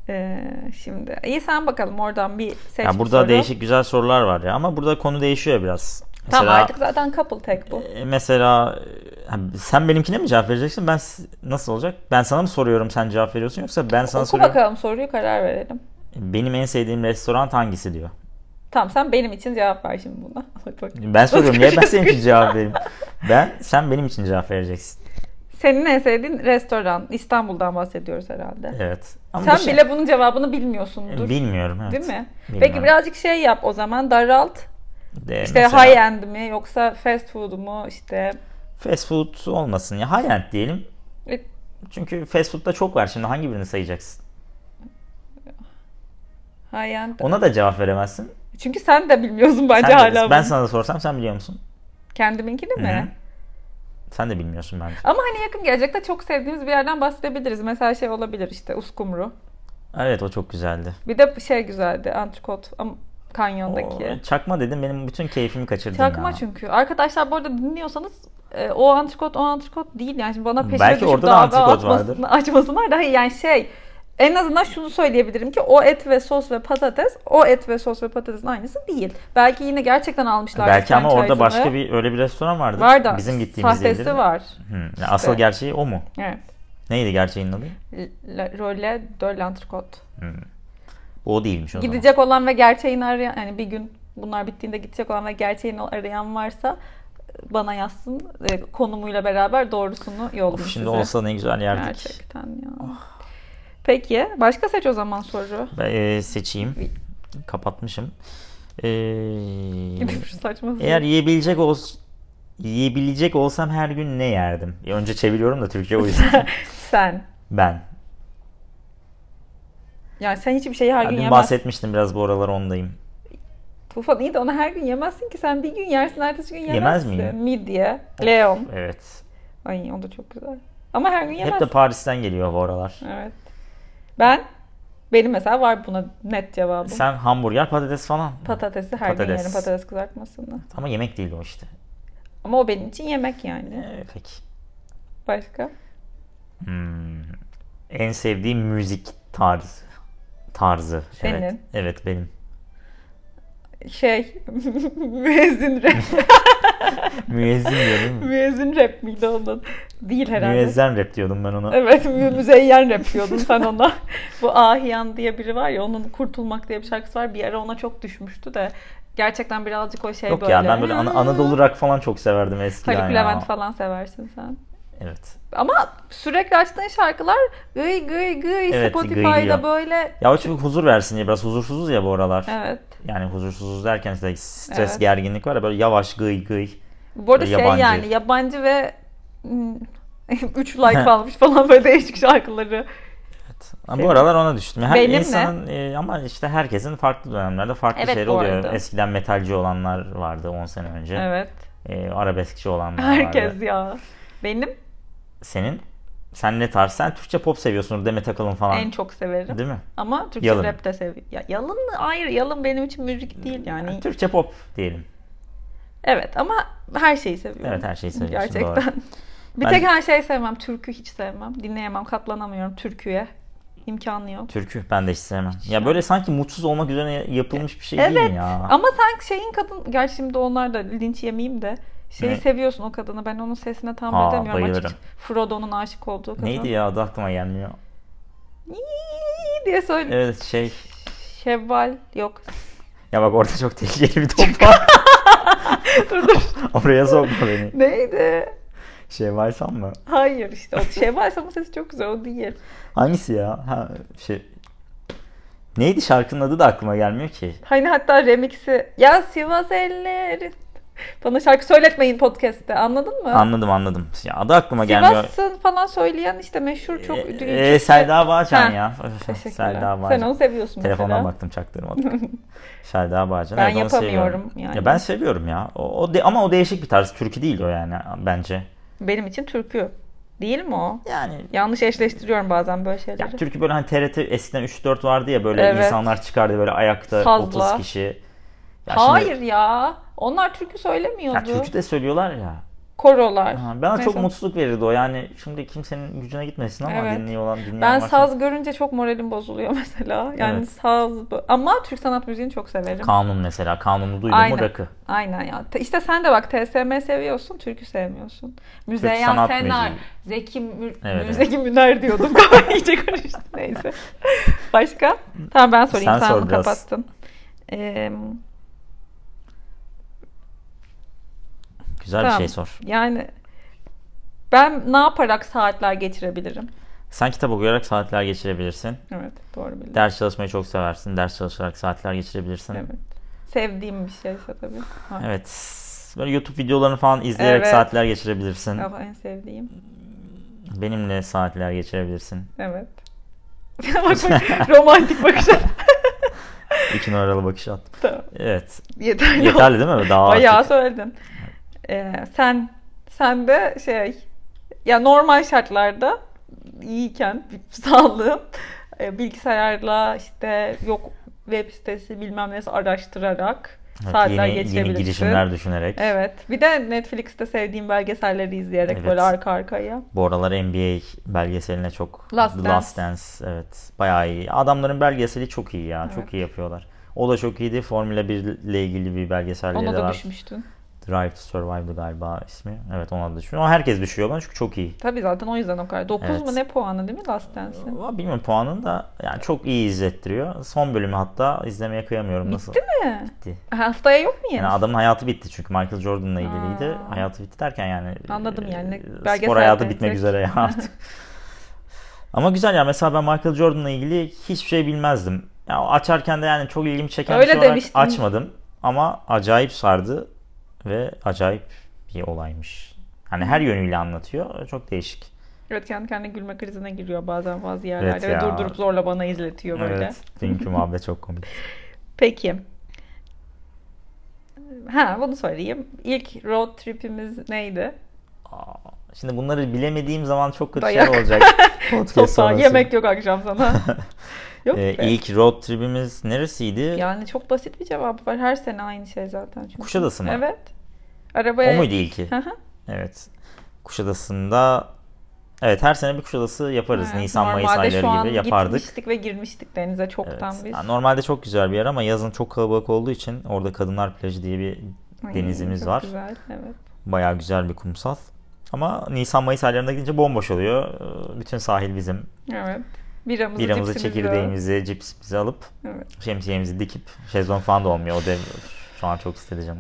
Speaker 1: Ee, şimdi iyi sen bakalım oradan bir seç
Speaker 2: Ya
Speaker 1: bir
Speaker 2: burada
Speaker 1: soru.
Speaker 2: değişik güzel sorular var ya ama burada konu değişiyor biraz.
Speaker 1: Tamam
Speaker 2: Mesela,
Speaker 1: artık zaten couple tek bu.
Speaker 2: e, mesela e, ha, sen benimkine mi cevap vereceksin? Ben s- nasıl olacak? Ben sana mı soruyorum sen cevap veriyorsun yoksa ben sana
Speaker 1: Oku
Speaker 2: soruyorum.
Speaker 1: bakalım soruyu karar verelim.
Speaker 2: Benim en sevdiğim restoran hangisi diyor.
Speaker 1: Tamam sen benim için cevap ver şimdi buna. Hadi bakayım.
Speaker 2: Ben soruyorum niye ben
Speaker 1: kaçacağız
Speaker 2: senin için
Speaker 1: biz?
Speaker 2: cevap vereyim? Ben sen benim için cevap vereceksin.
Speaker 1: Senin en sevdiğin restoran İstanbul'dan bahsediyoruz herhalde.
Speaker 2: Evet. Ama
Speaker 1: sen
Speaker 2: bu şey- E,
Speaker 1: bile bunun cevabını bilmiyorsundur.
Speaker 2: bilmiyorum evet.
Speaker 1: Değil mi?
Speaker 2: Bilmiyorum.
Speaker 1: Peki birazcık şey yap o zaman daralt.
Speaker 2: De,
Speaker 1: İşte
Speaker 2: mesela-
Speaker 1: high end mi yoksa fast food mu işte
Speaker 2: Fast food olmasın ya high end diyelim.
Speaker 1: E,
Speaker 2: Çünkü fast food'da çok var şimdi hangi birini sayacaksın?
Speaker 1: high end.
Speaker 2: Ona da cevap veremezsin.
Speaker 1: Çünkü sen de bilmiyorsun bence
Speaker 2: Sen de-
Speaker 1: hala.
Speaker 2: ben
Speaker 1: bunu.
Speaker 2: sana da sorsam sen biliyor musun?
Speaker 1: Kendiminkini mi?
Speaker 2: Hı. Sen de bilmiyorsun bence.
Speaker 1: Ama hani yakın gelecekte çok sevdiğimiz bir yerden bahsedebiliriz. Mesela şey olabilir işte Uskumru.
Speaker 2: Evet o çok güzeldi.
Speaker 1: Bir de şey güzeldi Antrikot am-
Speaker 2: O-
Speaker 1: Kanyon'daki.
Speaker 2: çakma dedim benim bütün keyfimi kaçırdın
Speaker 1: Çakma
Speaker 2: ya.
Speaker 1: çünkü. Arkadaşlar bu arada dinliyorsanız e, o antrikot o antrikot değil yani şimdi bana peşine
Speaker 2: Belki
Speaker 1: düşüp
Speaker 2: orada da
Speaker 1: dava
Speaker 2: antrikot
Speaker 1: atmasın-
Speaker 2: vardır.
Speaker 1: açmasınlar da hayır yani şey en azından şunu söyleyebilirim ki o et ve sos ve patates o et ve sos ve patatesin aynısı değil. Belki yine gerçekten almışlar.
Speaker 2: Belki ama orada başka bir öyle bir restoran vardı.
Speaker 1: var da
Speaker 2: Bizim gittiğimiz
Speaker 1: sahtesi
Speaker 2: değildi.
Speaker 1: var.
Speaker 2: Hı, ya Asıl gerçeği o mu?
Speaker 1: Evet.
Speaker 2: Neydi gerçeğin adı? Hmm.
Speaker 1: L- Role de l'antrikot.
Speaker 2: O değilmiş o zaman.
Speaker 1: Gidecek olan ve gerçeğini arayan yani bir gün bunlar bittiğinde gidecek olan ve gerçeğini arayan varsa bana yazsın. E, Konumuyla beraber doğrusunu yollayın
Speaker 2: Of, şimdi
Speaker 1: size.
Speaker 2: olsa ne güzel yerdik.
Speaker 1: Gerçekten ya. Peki başka seç o zaman soru.
Speaker 2: Ben, e, seçeyim. Kapatmışım. Ee,
Speaker 1: Şu saçma
Speaker 2: Eğer yiyebilecek ols yiyebilecek olsam her gün ne yerdim? Ya Önce çeviriyorum da Türkçe o yüzden.
Speaker 1: Sen.
Speaker 2: ben.
Speaker 1: Yani sen hiçbir şeyi her
Speaker 2: Ya
Speaker 1: gün
Speaker 2: dün
Speaker 1: yemezsin.
Speaker 2: bahsetmiştim biraz bu aralar ondayım.
Speaker 1: Tufan iyi de onu her gün yemezsin ki. Sen bir gün yersin ertesi gün
Speaker 2: Yemez
Speaker 1: yemezsin.
Speaker 2: miyim?
Speaker 1: Midye, Leon.
Speaker 2: Evet.
Speaker 1: Ay o da çok güzel. Ama her gün
Speaker 2: Hep
Speaker 1: yemezsin.
Speaker 2: de Paris'ten geliyor bu aralar.
Speaker 1: Evet. Ben benim mesela var buna net cevabım.
Speaker 2: Sen hamburger, patates falan.
Speaker 1: Patatesi her gün
Speaker 2: Patates.
Speaker 1: yerim patates kızartmasını.
Speaker 2: Ama yemek değil o işte.
Speaker 1: Ama o benim için yemek yani.
Speaker 2: Ee, peki.
Speaker 1: Başka?
Speaker 2: Hmm. En sevdiğim müzik tarzı. Tarzı. Evet.
Speaker 1: Senin.
Speaker 2: Evet benim.
Speaker 1: Şey müezzin rap.
Speaker 2: Müezzin diyorum.
Speaker 1: müezzin rap miydi onun? Değil herhalde.
Speaker 2: Müezzin rap diyordum ben ona.
Speaker 1: Evet mü- müzeyyen rap diyordun sen ona. Bu Ahiyan diye biri var ya onun Kurtulmak diye bir şarkısı var. Bir ara ona çok düşmüştü de gerçekten birazcık o şey
Speaker 2: Yok
Speaker 1: böyle.
Speaker 2: ya ben böyle Ana- Anadolu rock falan çok severdim eskiden
Speaker 1: Haluk
Speaker 2: ya.
Speaker 1: Levent falan seversin sen.
Speaker 2: Evet.
Speaker 1: Ama sürekli açtığın şarkılar gıy gıy gıy
Speaker 2: Evet,
Speaker 1: Spotify'da
Speaker 2: gıylıyor.
Speaker 1: böyle
Speaker 2: Ya o çünkü huzur versin diye biraz huzursuzuz ya bu aralar.
Speaker 1: evet.
Speaker 2: Yani huzursuzuz derken işte stres,
Speaker 1: Evet.
Speaker 2: gerginlik var ya böyle yavaş gıy gıy.
Speaker 1: Bu arada
Speaker 2: Böyle
Speaker 1: şey
Speaker 2: yabancı.
Speaker 1: yani yabancı ve 3 like almış falan böyle değişik şarkıları.
Speaker 2: Ama
Speaker 1: Senin-
Speaker 2: bu aralar ona düştüm. Her
Speaker 1: Benim mi?
Speaker 2: insanın e, ama işte herkesin farklı dönemlerde farklı
Speaker 1: Evet,
Speaker 2: şeyler
Speaker 1: bu
Speaker 2: oluyor.
Speaker 1: arada.
Speaker 2: Eskiden metalci olanlar vardı 10 sene önce.
Speaker 1: Evet.
Speaker 2: E, arabeskçi olanlar vardı.
Speaker 1: Herkes ya. Benim
Speaker 2: senin sen ne tarz? Sen Türkçe pop seviyorsunuz Demet Akalın falan.
Speaker 1: En çok severim.
Speaker 2: Değil mi?
Speaker 1: Ama Türkçe
Speaker 2: Yalın.
Speaker 1: rap de seviyorum. Ya, yalın mı? Hayır yalın benim için müzik değil yani.
Speaker 2: Yani Türkçe pop diyelim.
Speaker 1: Evet ama her şeyi seviyorum.
Speaker 2: Evet, her şeyi seviyorsun, doğru.
Speaker 1: Gerçekten. Bir
Speaker 2: Ben-
Speaker 1: tek her şeyi sevmem. Türkü hiç sevmem. Dinleyemem. Katlanamıyorum türküye. İmkanı yok.
Speaker 2: Türkü ben de hiç sevmem. Ya böyle sanki mutsuz olmak üzerine yapılmış bir şey değil
Speaker 1: Evet.
Speaker 2: mi ya?
Speaker 1: Ama sen şeyin kadın... Gerçi şimdi onlar da linç yemeyeyim de. Şeyi
Speaker 2: Ne?
Speaker 1: seviyorsun o kadını. Ben onun sesine tam
Speaker 2: Aa,
Speaker 1: edemiyorum
Speaker 2: bayılırım.
Speaker 1: açıkçası. Frodo'nun aşık olduğu kadın.
Speaker 2: Neydi ya adı aklıma gelmiyor.
Speaker 1: "İyi" diye söyle.
Speaker 2: Evet şey.
Speaker 1: Şevval yok.
Speaker 2: Ya bak orada çok tehlikeli bir top var.
Speaker 1: dur dur.
Speaker 2: Oraya sokma beni.
Speaker 1: Neydi?
Speaker 2: Şey varsa mı?
Speaker 1: Hayır işte o Şevval Sam'ın sesi çok güzel o değil.
Speaker 2: Hangisi ya? Ha, şey. Neydi şarkının adı da aklıma gelmiyor ki.
Speaker 1: Hani hatta remix'i ya Sivas elleri. Bana şarkı söyletmeyin podcast'te anladın mı?
Speaker 2: Anladım anladım. Ya adı aklıma gelmiyor.
Speaker 1: Sivas'ın falan söyleyen işte meşhur çok
Speaker 2: Ee,
Speaker 1: ünlü.
Speaker 2: e, Selda Bağcan
Speaker 1: Ha,
Speaker 2: ya.
Speaker 1: Teşekkürler.
Speaker 2: Selda
Speaker 1: Sen
Speaker 2: Bağcan.
Speaker 1: onu seviyorsun
Speaker 2: Telefondan
Speaker 1: mesela.
Speaker 2: baktım çaktırmadım. Selda Bağcan.
Speaker 1: Ben
Speaker 2: Evet, onu seviyorum.
Speaker 1: yapamıyorum yani.
Speaker 2: Ya ben seviyorum ya. O, o de- ama o değişik bir tarz. Türkü değil o yani bence.
Speaker 1: Benim için türkü. Değil mi o?
Speaker 2: Yani
Speaker 1: Yanlış eşleştiriyorum bazen böyle şeyleri.
Speaker 2: ya türkü böyle hani TRT eskiden 3-4 vardı ya böyle
Speaker 1: Evet.
Speaker 2: insanlar çıkardı böyle ayakta
Speaker 1: Sazla.
Speaker 2: 30 kişi. Ya şimdi-
Speaker 1: Hayır ya. Onlar türkü söylemiyordu.
Speaker 2: Ya türkü de söylüyorlar ya.
Speaker 1: Korolar.
Speaker 2: Ha, bana çok
Speaker 1: Mesela.
Speaker 2: mutluluk verirdi o. Yani şimdi kimsenin gücüne gitmesin ama
Speaker 1: Evet.
Speaker 2: dinliyor olan dinleyen
Speaker 1: Ben
Speaker 2: varsa-
Speaker 1: saz görünce çok moralim bozuluyor mesela. Yani
Speaker 2: Evet.
Speaker 1: saz ama Türk sanat müziğini çok severim.
Speaker 2: Kanun mesela. Kanunu duydun
Speaker 1: Aynen.
Speaker 2: mu rakı.
Speaker 1: Aynen ya. Te- İşte sen de bak TSM seviyorsun, türkü sevmiyorsun. Müzeyyen
Speaker 2: sanat
Speaker 1: Senar, Zeki, Mü-
Speaker 2: Evet, evet.
Speaker 1: Zeki Müner diyordum. Kafam İyice karıştı. Neyse. Başka? Tamam ben sorayım.
Speaker 2: Sen
Speaker 1: Sen,
Speaker 2: sor
Speaker 1: onu
Speaker 2: biraz.
Speaker 1: kapattın. Ee,
Speaker 2: Güzel bir
Speaker 1: tamam.
Speaker 2: şey sor.
Speaker 1: Yani ben ne yaparak saatler geçirebilirim?
Speaker 2: Sen kitap okuyarak saatler geçirebilirsin.
Speaker 1: Evet doğru bildim.
Speaker 2: Ders çalışmayı çok seversin. Ders çalışarak saatler geçirebilirsin.
Speaker 1: Evet. Sevdiğim bir şeyse tabii. Ha.
Speaker 2: Evet. Böyle YouTube videolarını falan izleyerek
Speaker 1: Evet.
Speaker 2: saatler geçirebilirsin.
Speaker 1: Ah, en sevdiğim.
Speaker 2: Benimle saatler geçirebilirsin.
Speaker 1: Evet. Bak bak, romantik bakış açısı.
Speaker 2: İki numaralı bakış at.
Speaker 1: Tamam,
Speaker 2: Evet.
Speaker 1: Yeterli. oldu.
Speaker 2: Yeterli değil mi? Daha
Speaker 1: Bayağı
Speaker 2: artık.
Speaker 1: söyledin. Ee, sen sen de şey ya normal şartlarda iyiyken sağlığın e, bilgisayarla işte yok web sitesi bilmem nesi araştırarak
Speaker 2: Evet,
Speaker 1: saatler
Speaker 2: yeni, yeni
Speaker 1: geçirebilirsin.
Speaker 2: girişimler düşünerek.
Speaker 1: Evet. Bir de Netflix'te sevdiğim belgeselleri izleyerek
Speaker 2: Evet.
Speaker 1: böyle arka arkaya.
Speaker 2: Bu aralar NBA belgeseline çok
Speaker 1: Last
Speaker 2: The
Speaker 1: Dance.
Speaker 2: Last Dance evet bayağı iyi. Adamların belgeseli çok iyi ya. Çok
Speaker 1: Evet.
Speaker 2: iyi yapıyorlar. O da çok iyiydi. Formula 1 ile ilgili bir belgeselleri
Speaker 1: Ona
Speaker 2: de
Speaker 1: da
Speaker 2: var.
Speaker 1: düşmüştün.
Speaker 2: Drive to Survive'dı galiba ismi. Evet ona da düşüyor. Ama herkes düşüyor bana çünkü çok iyi.
Speaker 1: Tabii zaten o yüzden o kadar. 9
Speaker 2: Evet.
Speaker 1: mu ne puanı değil mi Last Dance'in?
Speaker 2: Ama bilmiyorum puanını da yani çok iyi izlettiriyor. Son bölümü hatta izlemeye kıyamıyorum. Nasıl? Bitti
Speaker 1: He. Haftaya yok mu yeni?
Speaker 2: Yani adamın hayatı bitti çünkü Michael Jordan'la ilgiliydi.
Speaker 1: Aa.
Speaker 2: Hayatı bitti derken yani
Speaker 1: Anladım yani.
Speaker 2: e, spor
Speaker 1: Belgesel
Speaker 2: hayatı
Speaker 1: de
Speaker 2: bitmek
Speaker 1: direkt.
Speaker 2: üzere ya artık. Ama güzel ya mesela ben Michael Jordan'la ilgili hiçbir şey bilmezdim. Ya açarken de yani çok ilgimi çeken bir
Speaker 1: Öyle
Speaker 2: şey olarak
Speaker 1: demiştin.
Speaker 2: açmadım ama acayip sardı ve acayip bir olaymış. Hani
Speaker 1: Hmm.
Speaker 2: her yönüyle anlatıyor. Çok değişik.
Speaker 1: Evet kendi kendine gülme krizine giriyor bazen bazı
Speaker 2: Evet
Speaker 1: yerlerde
Speaker 2: ya.
Speaker 1: ve durdurup zorla bana izletiyor böyle.
Speaker 2: Evet. Dünkü muhabbet çok komik.
Speaker 1: Peki. Ha bunu sorayım. İlk road tripimiz neydi?
Speaker 2: Aa, Şimdi bunları bilemediğim zaman çok kötü
Speaker 1: Dayak.
Speaker 2: şeyler olacak. Podcast
Speaker 1: Sopa,
Speaker 2: Şey sonrası.
Speaker 1: yemek yok akşam sana. yok
Speaker 2: Ee,
Speaker 1: be.
Speaker 2: ilk road trip'imiz neresiydi?
Speaker 1: Yani çok basit bir cevap var. Her sene aynı şey zaten. Çünkü.
Speaker 2: Kuşadası mı?
Speaker 1: Evet.
Speaker 2: O
Speaker 1: Arabaya...
Speaker 2: muydu ilki?
Speaker 1: Hı hı.
Speaker 2: Evet. Kuşadası'nda evet her sene bir Kuşadası yaparız.
Speaker 1: Evet,
Speaker 2: Nisan Mayıs
Speaker 1: normalde şu
Speaker 2: ayları
Speaker 1: an
Speaker 2: gibi yapardık.
Speaker 1: gitmiştik ve girmiştik denize
Speaker 2: Evet.
Speaker 1: çoktan biz.
Speaker 2: Yani Normalde çok güzel bir yer ama yazın çok kalabalık olduğu için orada Kadınlar Plajı diye bir
Speaker 1: Ay,
Speaker 2: denizimiz
Speaker 1: çok
Speaker 2: var.
Speaker 1: Güzel, evet.
Speaker 2: bayağı güzel bir kumsal. Ama Nisan Mayıs aylarında gidince bomboş oluyor. Ee, Bütün sahil bizim.
Speaker 1: Evet. Biramızı,
Speaker 2: Biramızı,
Speaker 1: cipsimizi-
Speaker 2: çekirdeğimizi, cipsimizi alıp
Speaker 1: Evet.
Speaker 2: şemsiyemizi dikip şezlong falan da olmuyor. O dev şu an çok isteyeceğim.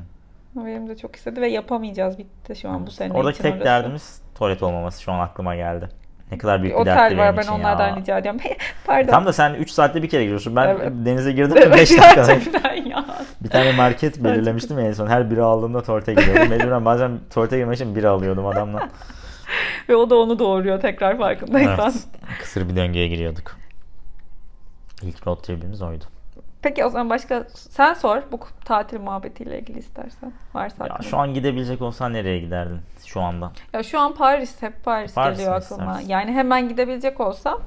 Speaker 1: Benim de çok istedi ve yapamayacağız bitti şu an bu sene
Speaker 2: Oradaki
Speaker 1: için
Speaker 2: tek
Speaker 1: orası.
Speaker 2: derdimiz tuvalet olmaması şu an aklıma geldi. Ne kadar
Speaker 1: bir
Speaker 2: büyük bir dertti
Speaker 1: otel var
Speaker 2: benim
Speaker 1: ben
Speaker 2: için
Speaker 1: onlardan
Speaker 2: ya. E,
Speaker 1: rica ediyorum. Pardon.
Speaker 2: Tam da sen 3 saatte bir kere giriyorsun. Ben
Speaker 1: Evet.
Speaker 2: denize girdim de
Speaker 1: Evet,
Speaker 2: 5 dakika.
Speaker 1: gerçekten ya.
Speaker 2: Bir tane market belirlemiştim ya en son. Her bira aldığımda tuvalete giriyordum. Mecburen bazen tuvalete girmek için bira alıyordum adamla.
Speaker 1: Ve o da onu doğuruyor tekrar farkındaysan.
Speaker 2: Kısır bir döngüye giriyorduk. İlk road trip'imiz oydu.
Speaker 1: Peki o zaman başka sen sor bu tatil muhabbetiyle ilgili istersen. Varsa
Speaker 2: Ya
Speaker 1: aklında.
Speaker 2: şu an gidebilecek olsan nereye giderdin şu anda?
Speaker 1: Ya şu an Paris hep Paris,
Speaker 2: Paris
Speaker 1: geliyor
Speaker 2: mi
Speaker 1: aklıma.
Speaker 2: istersin?
Speaker 1: Yani hemen gidebilecek olsam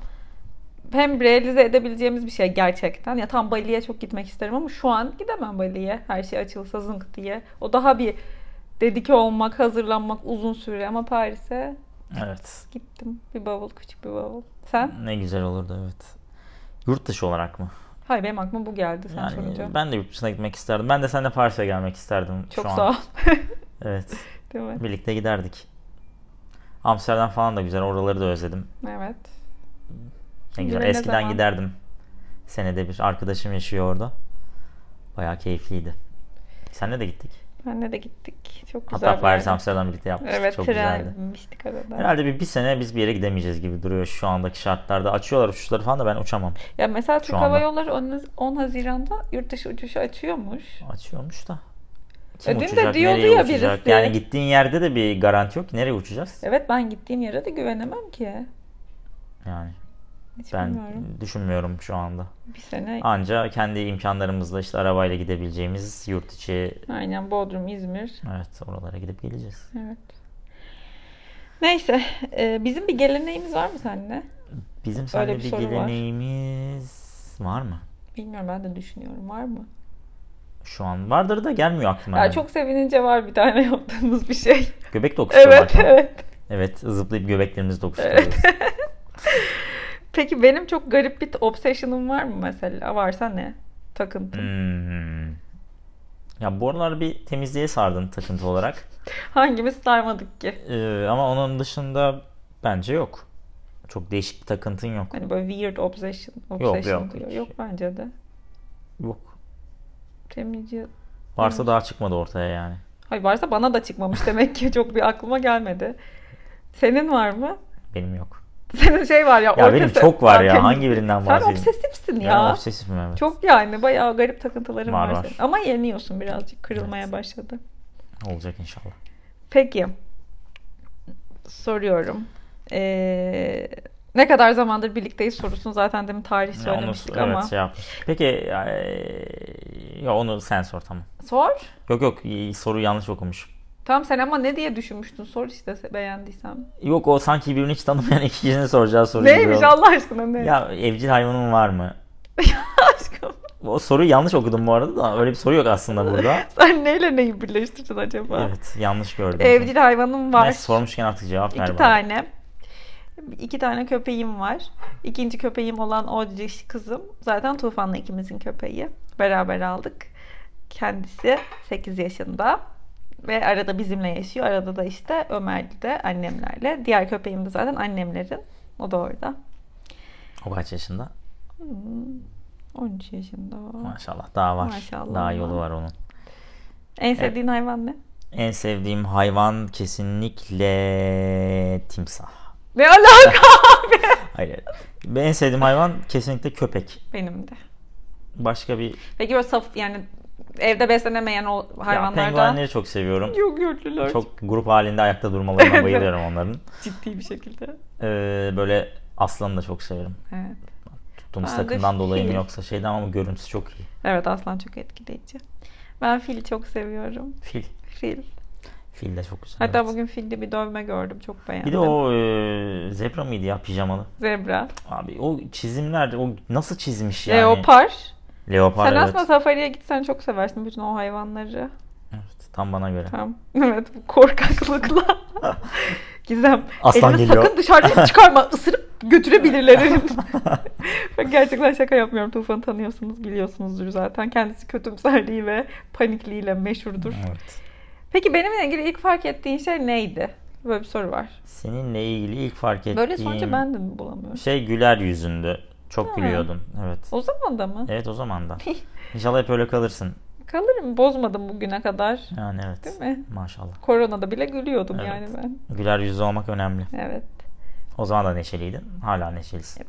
Speaker 1: hem realize edebileceğimiz bir şey gerçekten. Ya tam Bali'ye çok gitmek isterim ama şu an gidemem Bali'ye. Her şey açılsa zınk diye. O daha bir dedike olmak, hazırlanmak uzun süre ama Paris'e
Speaker 2: Evet.
Speaker 1: gittim. Bir bavul, küçük bir bavul. Sen?
Speaker 2: Ne güzel olurdu evet. Yurt dışı olarak mı?
Speaker 1: Hayır benim aklıma bu geldi sen sorunca.
Speaker 2: Yani ben de yurt dışına gitmek isterdim. Ben de seninle Paris'e gelmek isterdim
Speaker 1: Çok
Speaker 2: şu an.
Speaker 1: sağ ol.
Speaker 2: Evet.
Speaker 1: Değil mi?
Speaker 2: Birlikte giderdik. Amsterdam falan da güzel. Oraları da özledim.
Speaker 1: Evet. Güne
Speaker 2: Ne güzel.
Speaker 1: ne
Speaker 2: Eskiden
Speaker 1: zaman?
Speaker 2: giderdim. Senede bir arkadaşım yaşıyor orada. Bayağı keyifliydi. Senle de gittik.
Speaker 1: Benle de gittik. Çok güzel
Speaker 2: Hatta
Speaker 1: bir
Speaker 2: Paris
Speaker 1: yer.
Speaker 2: Amsterdam birlikte yapmıştık.
Speaker 1: Evet
Speaker 2: Çok
Speaker 1: tren
Speaker 2: güzeldi.
Speaker 1: binmiştik arada.
Speaker 2: Herhalde bir, bir sene biz bir yere gidemeyeceğiz gibi duruyor şu andaki şartlarda. Açıyorlar uçuşları falan da ben uçamam.
Speaker 1: Ya mesela Türk
Speaker 2: anda.
Speaker 1: Hava Yolları 10, 10 Haziran'da yurt dışı uçuşu açıyormuş.
Speaker 2: Açıyormuş da. Kim
Speaker 1: E, dün de
Speaker 2: uçacak,
Speaker 1: diyordu
Speaker 2: nereye
Speaker 1: ya
Speaker 2: uçacak?
Speaker 1: birisi.
Speaker 2: Yani gittiğin yerde de bir garanti yok ki. Nereye uçacağız?
Speaker 1: Evet ben gittiğim yere de güvenemem ki.
Speaker 2: Yani
Speaker 1: Hiç
Speaker 2: ben
Speaker 1: bilmiyorum.
Speaker 2: düşünmüyorum şu anda.
Speaker 1: Bir sene
Speaker 2: Anca kendi imkanlarımızla işte arabayla gidebileceğimiz yurt içi
Speaker 1: aynen Bodrum, İzmir.
Speaker 2: evet oralara gidip geleceğiz.
Speaker 1: Evet. Neyse e, bizim bir geleneğimiz var mı seninle?
Speaker 2: Bizim seninle
Speaker 1: bir
Speaker 2: bir
Speaker 1: soru var.
Speaker 2: geleneğimiz var. mı?
Speaker 1: Bilmiyorum ben de düşünüyorum var mı?
Speaker 2: Şu an vardır da gelmiyor aklıma.
Speaker 1: Ya
Speaker 2: yani.
Speaker 1: çok sevinince var bir tane yaptığımız bir şey.
Speaker 2: Göbek dokuşturuyor.
Speaker 1: evet evet.
Speaker 2: Evet zıplayıp göbeklerimizi dokuşturuyoruz.
Speaker 1: Peki benim çok garip bir obsession'ım var mı mesela? Varsa ne? Takıntım.
Speaker 2: Hmm. Ya bu aralar bir temizliğe sardın takıntı olarak.
Speaker 1: Hangimiz sarmadık ki?
Speaker 2: Ee, ama onun dışında bence yok. Çok değişik bir takıntın yok.
Speaker 1: Hani böyle weird obsession, obsession
Speaker 2: yok,
Speaker 1: diyor.
Speaker 2: hiç.
Speaker 1: Yok bence de.
Speaker 2: Yok.
Speaker 1: Temizci
Speaker 2: Varsa daha çıkmadı ortaya yani.
Speaker 1: Hayır varsa bana da çıkmamış demek ki çok bir aklıma gelmedi. Senin var mı?
Speaker 2: Benim yok.
Speaker 1: Senin şey var ya.
Speaker 2: Ya benim
Speaker 1: ortası-
Speaker 2: çok var
Speaker 1: Sen-
Speaker 2: ya. Hangi birinden
Speaker 1: Sen
Speaker 2: bahsedeyim?
Speaker 1: obsesifsin
Speaker 2: Ben
Speaker 1: ya.
Speaker 2: obsesifim evet.
Speaker 1: Çok yani bayağı garip takıntıların var,
Speaker 2: Var, var.
Speaker 1: senin. Ama yeniyorsun birazcık. Kırılmaya başladı.
Speaker 2: Olacak inşallah.
Speaker 1: Peki. Soruyorum. Ee, ne kadar zamandır birlikteyiz sorusunu zaten demin tarih
Speaker 2: Ya
Speaker 1: söylemiştik
Speaker 2: onu,
Speaker 1: ama.
Speaker 2: Evet şey yapmış. Peki ya, ya onu sen sor tamam.
Speaker 1: Sor.
Speaker 2: Yok yok y- soru yanlış okumuş.
Speaker 1: Tamam sen ama ne diye düşünmüştün? Sor işte se- beğendiysem.
Speaker 2: Yok o sanki birbirini hiç tanımayan iki kişinin soracağı soru gibi
Speaker 1: Neymiş
Speaker 2: oldu.
Speaker 1: Allah aşkına ne?
Speaker 2: Ya evcil hayvanın var mı?
Speaker 1: Aşkım
Speaker 2: O soruyu yanlış okudum bu arada da öyle bir soru yok aslında burada.
Speaker 1: sen neyle neyi birleştirdin acaba?
Speaker 2: Evet yanlış gördüm.
Speaker 1: Evcil hayvanım var.
Speaker 2: Neyse, sormuşken artık cevap ver
Speaker 1: İki
Speaker 2: bana.
Speaker 1: tane. İki tane köpeğim var. İkinci köpeğim olan o cici kızım. Zaten Tufan'la ikimizin köpeği. Beraber aldık. Kendisi 8 yaşında. Ve arada bizimle yaşıyor. Arada da işte Ömer'li de annemlerle. Diğer köpeğim de zaten annemlerin. O da orada.
Speaker 2: O kaç yaşında?
Speaker 1: Hmm, 13 yaşında. o.
Speaker 2: Maşallah daha var.
Speaker 1: Maşallah.
Speaker 2: Daha yolu var onun.
Speaker 1: En sevdiğin hayvan ne?
Speaker 2: En sevdiğim hayvan kesinlikle timsah.
Speaker 1: Ne alaka abi?
Speaker 2: Hayır. Ben en sevdiğim hayvan kesinlikle köpek.
Speaker 1: Benim de.
Speaker 2: Başka bir
Speaker 1: Peki böyle saf yani evde beslenemeyen o
Speaker 2: Ya,
Speaker 1: hayvanlardan
Speaker 2: penguenleri çok seviyorum.
Speaker 1: yok gördüler. Çok
Speaker 2: Çok grup halinde ayakta durmalarına bayılıyorum onların.
Speaker 1: ciddi bir şekilde.
Speaker 2: Ee, böyle aslanı da çok severim.
Speaker 1: Evet.
Speaker 2: Tuttuğumuz
Speaker 1: Ben de
Speaker 2: takımdan dolayı mı
Speaker 1: fil.
Speaker 2: yoksa şeyden ama görüntüsü çok iyi.
Speaker 1: Evet aslan çok etkileyici. Ben fili çok seviyorum.
Speaker 2: Fil.
Speaker 1: Fil.
Speaker 2: Fil de çok güzel.
Speaker 1: Hatta
Speaker 2: evet.
Speaker 1: bugün filde bir dövme gördüm. Çok beğendim.
Speaker 2: Bir de o e, zebra mıydı ya pijamalı?
Speaker 1: Zebra.
Speaker 2: Abi o çizimler o nasıl çizmiş yani?
Speaker 1: Leopar.
Speaker 2: Leopar
Speaker 1: Sen
Speaker 2: evet.
Speaker 1: aslında safariye gitsen çok seversin bütün o hayvanları.
Speaker 2: Evet, tam bana göre.
Speaker 1: Tamam. Evet bu korkaklıkla. Gizem.
Speaker 2: Aslan
Speaker 1: elini
Speaker 2: geliyor.
Speaker 1: sakın dışarıya çıkarma. Isırıp götürebilirler elini. Bak gerçekten şaka yapmıyorum. Tufan'ı tanıyorsunuz biliyorsunuzdur zaten. Kendisi kötümserliği ve panikliğiyle meşhurdur.
Speaker 2: Evet.
Speaker 1: Peki benimle ilgili ilk fark ettiğin şey neydi? Böyle bir soru var.
Speaker 2: Seninle ilgili ilk fark ettiğim
Speaker 1: Böyle sonuca ben de bulamıyorum.
Speaker 2: şey güler yüzündü. Çok
Speaker 1: Ha.
Speaker 2: gülüyordun. Evet.
Speaker 1: O zaman da mı?
Speaker 2: Evet o zaman da. İnşallah hep öyle kalırsın.
Speaker 1: Kalırım. Bozmadım bugüne kadar.
Speaker 2: Yani evet.
Speaker 1: Değil mi?
Speaker 2: Maşallah.
Speaker 1: Koronada bile gülüyordum
Speaker 2: Evet.
Speaker 1: yani ben.
Speaker 2: Güler yüzlü olmak önemli.
Speaker 1: Evet.
Speaker 2: O zaman da neşeliydin. Hala neşelisin.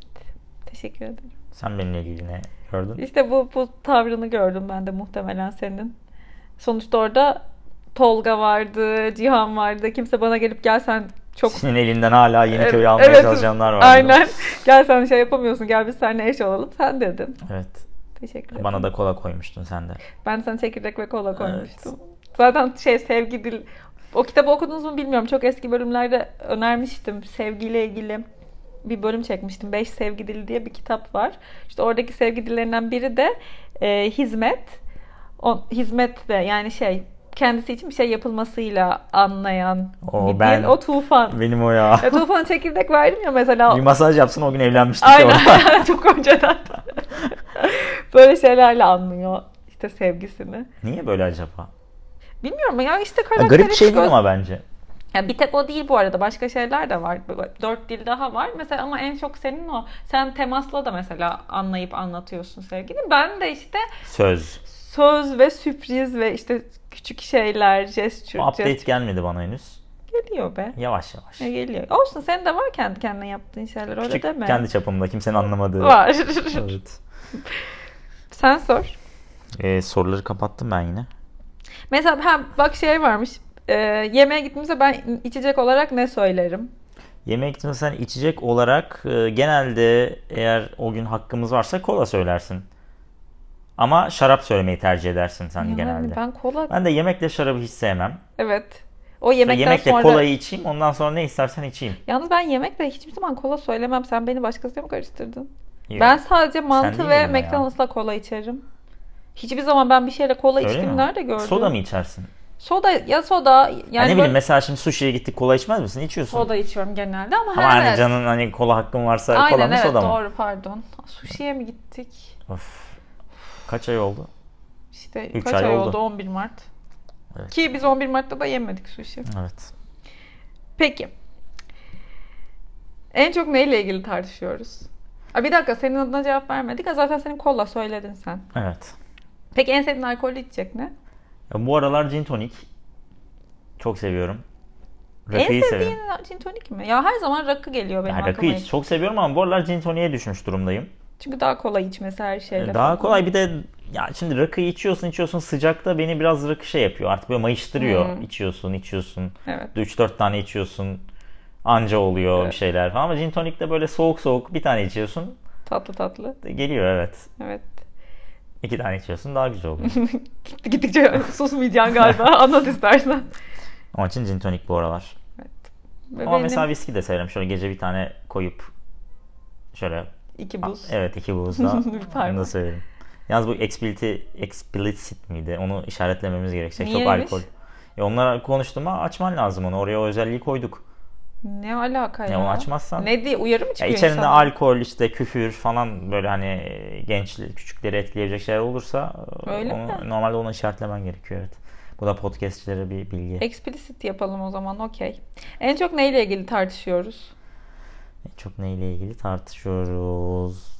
Speaker 1: Teşekkür ederim.
Speaker 2: Sen benimle ilgili ne gördün?
Speaker 1: İşte bu, bu tavrını gördüm ben de muhtemelen senin. Sonuçta orada Tolga vardı, Cihan vardı. Kimse bana gelip gel sen çok...
Speaker 2: Senin elinden hala yeni köyü
Speaker 1: Evet,
Speaker 2: almaya
Speaker 1: evet.
Speaker 2: çalışanlar var.
Speaker 1: Aynen. Gel sen şey yapamıyorsun. Gel biz seninle eş olalım. Sen dedin.
Speaker 2: Evet.
Speaker 1: Teşekkür ederim.
Speaker 2: Bana da kola koymuştun sen de.
Speaker 1: Ben sana çekirdek ve kola koymuştum. Zaten şey sevgi dil... O kitabı okudunuz mu bilmiyorum. Çok eski bölümlerde önermiştim. Sevgiyle ilgili bir bölüm çekmiştim. Beş sevgi dili diye bir kitap var. İşte oradaki sevgi dillerinden biri de e, hizmet. O, hizmet de yani şey kendisi için bir şey yapılmasıyla anlayan
Speaker 2: Oo,
Speaker 1: bir dil.
Speaker 2: ben-
Speaker 1: O tufan.
Speaker 2: Benim o ya.
Speaker 1: Ya, tufan çekirdek verdim ya mesela.
Speaker 2: Bir masaj yapsın o gün evlenmiştik orada.
Speaker 1: Aynen. Çok önceden. Böyle şeylerle anlıyor işte sevgisini.
Speaker 2: Niye böyle acaba?
Speaker 1: Bilmiyorum ya işte
Speaker 2: Ya
Speaker 1: karakteristik.
Speaker 2: garip bir şey değil
Speaker 1: öz-
Speaker 2: ama bence.
Speaker 1: Ya bir tek o değil bu arada. Başka şeyler de var. Böyle Dört dil daha var. Mesela ama en çok senin o. Sen temasla da mesela anlayıp anlatıyorsun sevgini. Ben de işte
Speaker 2: Söz.
Speaker 1: söz ve sürpriz ve işte küçük şeyler,
Speaker 2: Bu
Speaker 1: gesture,
Speaker 2: update
Speaker 1: gesture
Speaker 2: gelmedi bana henüz.
Speaker 1: geliyor be.
Speaker 2: Yavaş yavaş.
Speaker 1: Ya geliyor. Olsun senin de var kendi kendine yaptığın şeyler öyle
Speaker 2: Küçük
Speaker 1: deme.
Speaker 2: kendi çapımda kimsenin anlamadığı.
Speaker 1: Var.
Speaker 2: Evet.
Speaker 1: Sen sor.
Speaker 2: Ee, soruları kapattım ben yine.
Speaker 1: Mesela ha, bak şey varmış. Ee, yemeğe gittiğimizde ben içecek olarak ne söylerim?
Speaker 2: Yemek için sen içecek olarak e, genelde eğer o gün hakkımız varsa kola söylersin. Ama şarap söylemeyi tercih edersin sen
Speaker 1: Yani
Speaker 2: genelde. Ben...
Speaker 1: Ben kola...
Speaker 2: de yemekle şarabı hiç sevmem.
Speaker 1: Evet. O yemekten
Speaker 2: yemekle
Speaker 1: sonra...
Speaker 2: kolayı içeyim ondan sonra ne istersen içeyim.
Speaker 1: Yalnız ben yemekle hiçbir zaman kola söylemem. Sen beni başkasıyla mı karıştırdın?
Speaker 2: Yok.
Speaker 1: Ben sadece mantı
Speaker 2: değil
Speaker 1: ve
Speaker 2: miydin o ya?
Speaker 1: McDonald's'la kola içerim. Hiçbir zaman ben bir şeyle kola
Speaker 2: Öyle
Speaker 1: içtim
Speaker 2: mi?
Speaker 1: nerede gördün?
Speaker 2: Soda mı içersin? Ya
Speaker 1: Soda ya soda
Speaker 2: ne
Speaker 1: yani
Speaker 2: bileyim
Speaker 1: böyle
Speaker 2: mesela şimdi sushi'ye gittik kola içmez misin? İçiyorsun.
Speaker 1: soda içiyorum genelde ama,
Speaker 2: Ama
Speaker 1: her
Speaker 2: hani canın hani kola hakkın varsa kola
Speaker 1: Aynen
Speaker 2: mı
Speaker 1: evet
Speaker 2: soda mı?
Speaker 1: doğru pardon. Sushi'ye mi gittik?
Speaker 2: Of. Kaç ay oldu?
Speaker 1: İşte
Speaker 2: Üç
Speaker 1: kaç
Speaker 2: ay
Speaker 1: ay
Speaker 2: oldu.
Speaker 1: oldu? 11 Mart.
Speaker 2: Evet.
Speaker 1: Ki biz 11 Mart'ta da yemedik sushi.
Speaker 2: Evet.
Speaker 1: Peki. En çok neyle ilgili tartışıyoruz? Aa, bir dakika senin adına cevap vermedik. Ha, zaten senin kola söyledin sen.
Speaker 2: Evet.
Speaker 1: Peki en sevdiğin alkollü içecek ne?
Speaker 2: Ya bu aralar gin tonic. Çok seviyorum.
Speaker 1: en
Speaker 2: Rakıyı
Speaker 1: sevdiğin
Speaker 2: seviyorum.
Speaker 1: gin tonic mi? Ya her zaman rakı geliyor benim
Speaker 2: Ya
Speaker 1: aklıma.
Speaker 2: rakı
Speaker 1: ilk.
Speaker 2: hiç çok seviyorum ama bu aralar gin tonic'e düşmüş durumdayım. Ee,
Speaker 1: Çünkü daha kolay içmesi her şeyle.
Speaker 2: Daha
Speaker 1: falan.
Speaker 2: kolay bir de ya şimdi rakıyı içiyorsun içiyorsun sıcakta beni biraz rakı şey yapıyor artık böyle mayıştırıyor.
Speaker 1: Hmm.
Speaker 2: İçiyorsun içiyorsun.
Speaker 1: Evet.
Speaker 2: 3-4 tane içiyorsun. Anca oluyor bir şeyler falan ama gin tonic'te böyle soğuk soğuk bir tane içiyorsun.
Speaker 1: Tatlı tatlı.
Speaker 2: Geliyor evet.
Speaker 1: Evet.
Speaker 2: İki tane içiyorsun daha güzel oluyor.
Speaker 1: Gitti- Gittikçe susmayacaksın galiba. Anlat istersen.
Speaker 2: Onun için gin tonic bu aralar.
Speaker 1: Ve
Speaker 2: Ama
Speaker 1: benim
Speaker 2: mesela viski de severim. Şöyle gece bir tane koyup şöyle
Speaker 1: iki buz.
Speaker 2: evet iki buzda
Speaker 1: Bir
Speaker 2: onu da
Speaker 1: parmak.
Speaker 2: severim. Yalnız bu explicit, explicit miydi? Onu işaretlememiz gerekecek. Çok
Speaker 1: Niyeymiş?
Speaker 2: alkol. E onlara konuştuğuma açman lazım onu. Oraya o özelliği koyduk.
Speaker 1: Ne alaka ya?
Speaker 2: Ya onu açmazsan.
Speaker 1: Ne diye uyarı mı
Speaker 2: Ya
Speaker 1: çıkıyor
Speaker 2: içerinde
Speaker 1: insana?
Speaker 2: alkol, işte küfür falan böyle hani genç küçükleri etkileyecek şeyler olursa e,
Speaker 1: Öyle
Speaker 2: onu-
Speaker 1: mi?
Speaker 2: normalde onu işaretlemen gerekiyor evet. Bu da podcastçilere bir bilgi.
Speaker 1: Explicit yapalım o zaman okey. En çok neyle ilgili tartışıyoruz?
Speaker 2: Çok neyle ilgili tartışıyoruz.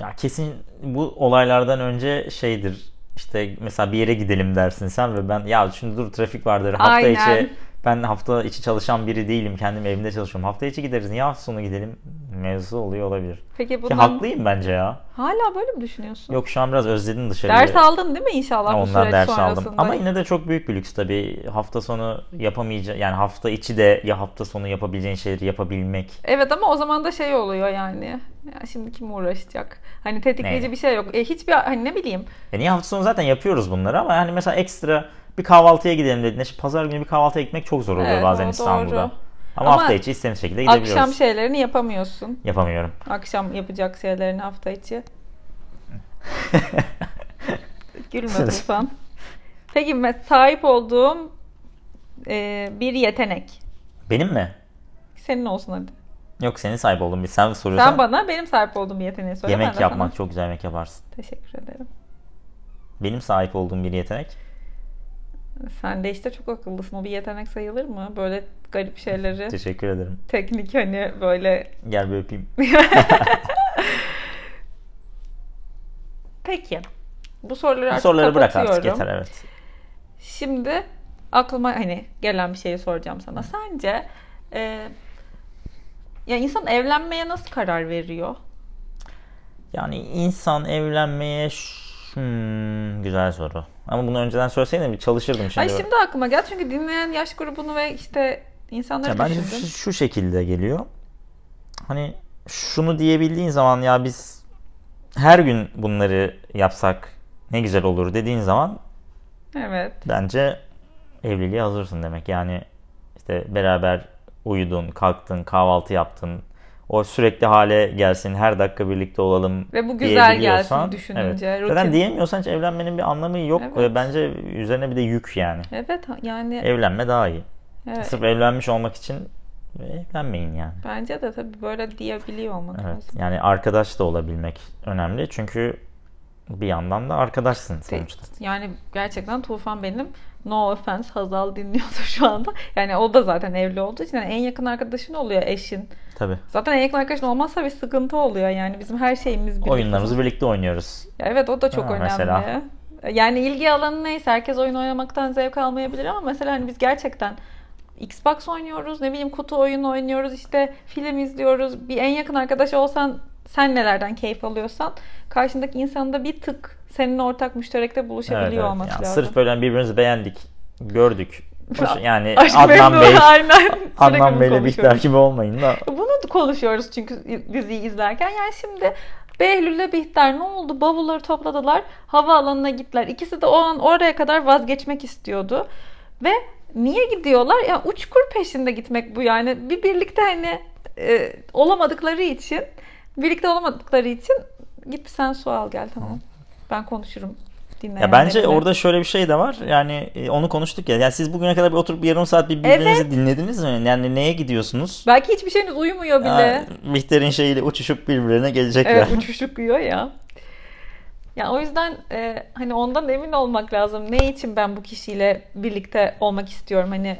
Speaker 2: Ya kesin bu olaylardan önce şeydir. İşte mesela bir yere gidelim dersin sen ve ben ya şimdi dur trafik vardır hafta
Speaker 1: Aynen.
Speaker 2: içi ben hafta içi çalışan biri değilim kendim evimde çalışıyorum. Hafta içi gideriz niye hafta sonu gidelim mevzusu oluyor olabilir.
Speaker 1: Peki
Speaker 2: Ki
Speaker 1: bundan
Speaker 2: haklıyım bence ya.
Speaker 1: hala böyle mi düşünüyorsun?
Speaker 2: Yok şu an biraz özledim dışarıyı.
Speaker 1: Ders aldın değil mi inşallah bu
Speaker 2: Ondan
Speaker 1: süreç
Speaker 2: ders
Speaker 1: sonrasında?
Speaker 2: aldım. Ama yine de çok büyük bir lüks tabii. Hafta sonu yapamayacağım yani hafta içi de ya hafta sonu yapabileceğin şeyleri yapabilmek.
Speaker 1: Evet ama o zaman da şey oluyor yani. Ya şimdi kim uğraşacak? Hani tetikleyici
Speaker 2: Ne?
Speaker 1: bir şey yok. E, hiçbir hani ne bileyim.
Speaker 2: E niye hafta sonu zaten yapıyoruz bunları ama yani mesela ekstra bir kahvaltıya gidelim dediğinde şimdi pazar günü bir kahvaltıya gitmek çok zor oluyor
Speaker 1: Evet,
Speaker 2: bazen
Speaker 1: o
Speaker 2: İstanbul'da.
Speaker 1: doğru.
Speaker 2: Ama,
Speaker 1: Ama
Speaker 2: hafta içi istediğimiz şekilde gidebiliyoruz.
Speaker 1: Akşam şey- şeylerini yapamıyorsun.
Speaker 2: Yapamıyorum.
Speaker 1: Akşam yapacak şeylerini hafta içi. Gülme Tufan. Peki mes- sahip olduğum e, bir yetenek.
Speaker 2: Benim mi?
Speaker 1: Senin olsun hadi.
Speaker 2: Yok senin sahip olduğun bir sen soruyorsan
Speaker 1: Sen bana benim sahip olduğum bir yeteneği söyle. ben
Speaker 2: yemek
Speaker 1: de sana-
Speaker 2: yapmak çok güzel yemek yaparsın.
Speaker 1: Teşekkür ederim.
Speaker 2: Benim sahip olduğum bir yetenek.
Speaker 1: Sen de işte çok akıllısın. O bir yetenek sayılır mı? Böyle garip şeyleri.
Speaker 2: Teşekkür ederim.
Speaker 1: teknik hani böyle.
Speaker 2: Gel bir öpeyim.
Speaker 1: Peki. Bu soruları
Speaker 2: Bu
Speaker 1: artık
Speaker 2: soruları bırak artık
Speaker 1: kapatıyorum.
Speaker 2: yeter evet.
Speaker 1: Şimdi aklıma hani gelen bir şeyi soracağım sana. Sence e, ya insan evlenmeye nasıl karar veriyor?
Speaker 2: Yani insan evlenmeye ş- hmm, güzel soru. Ama bunu önceden söyleseydin bir çalışırdım şimdi.
Speaker 1: Ay şimdi aklıma gel çünkü dinleyen yaş grubunu ve işte insanları
Speaker 2: Ya bence
Speaker 1: düşündüm.
Speaker 2: şu, şu şekilde geliyor. Hani şunu diyebildiğin zaman ya biz her gün bunları yapsak ne güzel olur dediğin zaman
Speaker 1: Evet.
Speaker 2: bence evliliğe hazırsın demek. Yani işte beraber uyudun, kalktın, kahvaltı yaptın. O sürekli hale gelsin, her dakika birlikte olalım
Speaker 1: Ve bu güzel
Speaker 2: diyebiliyorsan-
Speaker 1: gelsin düşününce,
Speaker 2: Evet.
Speaker 1: rutin.
Speaker 2: Zaten diyemiyorsan hiç evlenmenin bir anlamı yok.
Speaker 1: Evet.
Speaker 2: Ee, Bence üzerine bir de yük yani.
Speaker 1: Evet yani
Speaker 2: Evlenme daha iyi.
Speaker 1: evet.
Speaker 2: Sırf evlenmiş olmak için evlenmeyin yani.
Speaker 1: bence de tabii böyle diyebiliyor olmak
Speaker 2: Evet.
Speaker 1: lazım.
Speaker 2: Yani arkadaş da olabilmek önemli. Çünkü bir yandan da arkadaşsın
Speaker 1: Te-
Speaker 2: sonuçta.
Speaker 1: Yani gerçekten Tufan benim no offense Hazal dinliyordu şu anda. Yani o da zaten evli olduğu için yani en yakın arkadaşın oluyor eşin.
Speaker 2: Tabii.
Speaker 1: Zaten en yakın arkadaşın olmazsa bir sıkıntı oluyor yani bizim her şeyimiz bir.
Speaker 2: Oyunlarımızı birlikte oynuyoruz.
Speaker 1: Ya evet o da çok
Speaker 2: Ha,
Speaker 1: önemli.
Speaker 2: mesela.
Speaker 1: Yani ilgi alanı neyse herkes oyun oynamaktan zevk almayabilir ama mesela hani biz gerçekten Xbox oynuyoruz, ne bileyim kutu oyunu oynuyoruz, işte film izliyoruz. Bir en yakın arkadaş olsan sen nelerden keyif alıyorsan karşındaki insanın da bir tık seninle ortak müşterekte buluşabiliyor
Speaker 2: Evet, evet.
Speaker 1: olması
Speaker 2: Yani
Speaker 1: lazım.
Speaker 2: Sırf böyle birbirimizi beğendik, gördük. Hoş- Yani
Speaker 1: Aşk
Speaker 2: Adnan
Speaker 1: memnu,
Speaker 2: Bey,
Speaker 1: aynen. Sürekli bunu
Speaker 2: Adnan Bey'le Bihter
Speaker 1: konuşuyoruz.
Speaker 2: gibi olmayın da.
Speaker 1: Bunu da konuşuyoruz çünkü diziyi izlerken. Yani şimdi Behlül'le Bihter ne oldu? Bavulları topladılar. Havaalanına gittiler. İkisi de o an oraya kadar vazgeçmek istiyordu. Ve niye gidiyorlar? Ya uçkur peşinde gitmek bu yani. Bir birlikte hani e, olamadıkları için birlikte olamadıkları için git bir sen su al gel tamam. Ben konuşurum.
Speaker 2: Ya bence orada şöyle bir şey de var. Yani e, onu konuştuk ya. Yani siz bugüne kadar bir oturup bir yarım saat bir birbirinizi dinlediniz mi? Yani neye gidiyorsunuz?
Speaker 1: belki hiçbir şeyiniz uyumuyor bile.
Speaker 2: Yani Bihter'in şeyiyle uçuşup birbirine gelecekler.
Speaker 1: Evet uçuşukluyor ya. Ya o yüzden e, hani ondan emin olmak lazım. Ne için ben bu kişiyle birlikte olmak istiyorum? Hani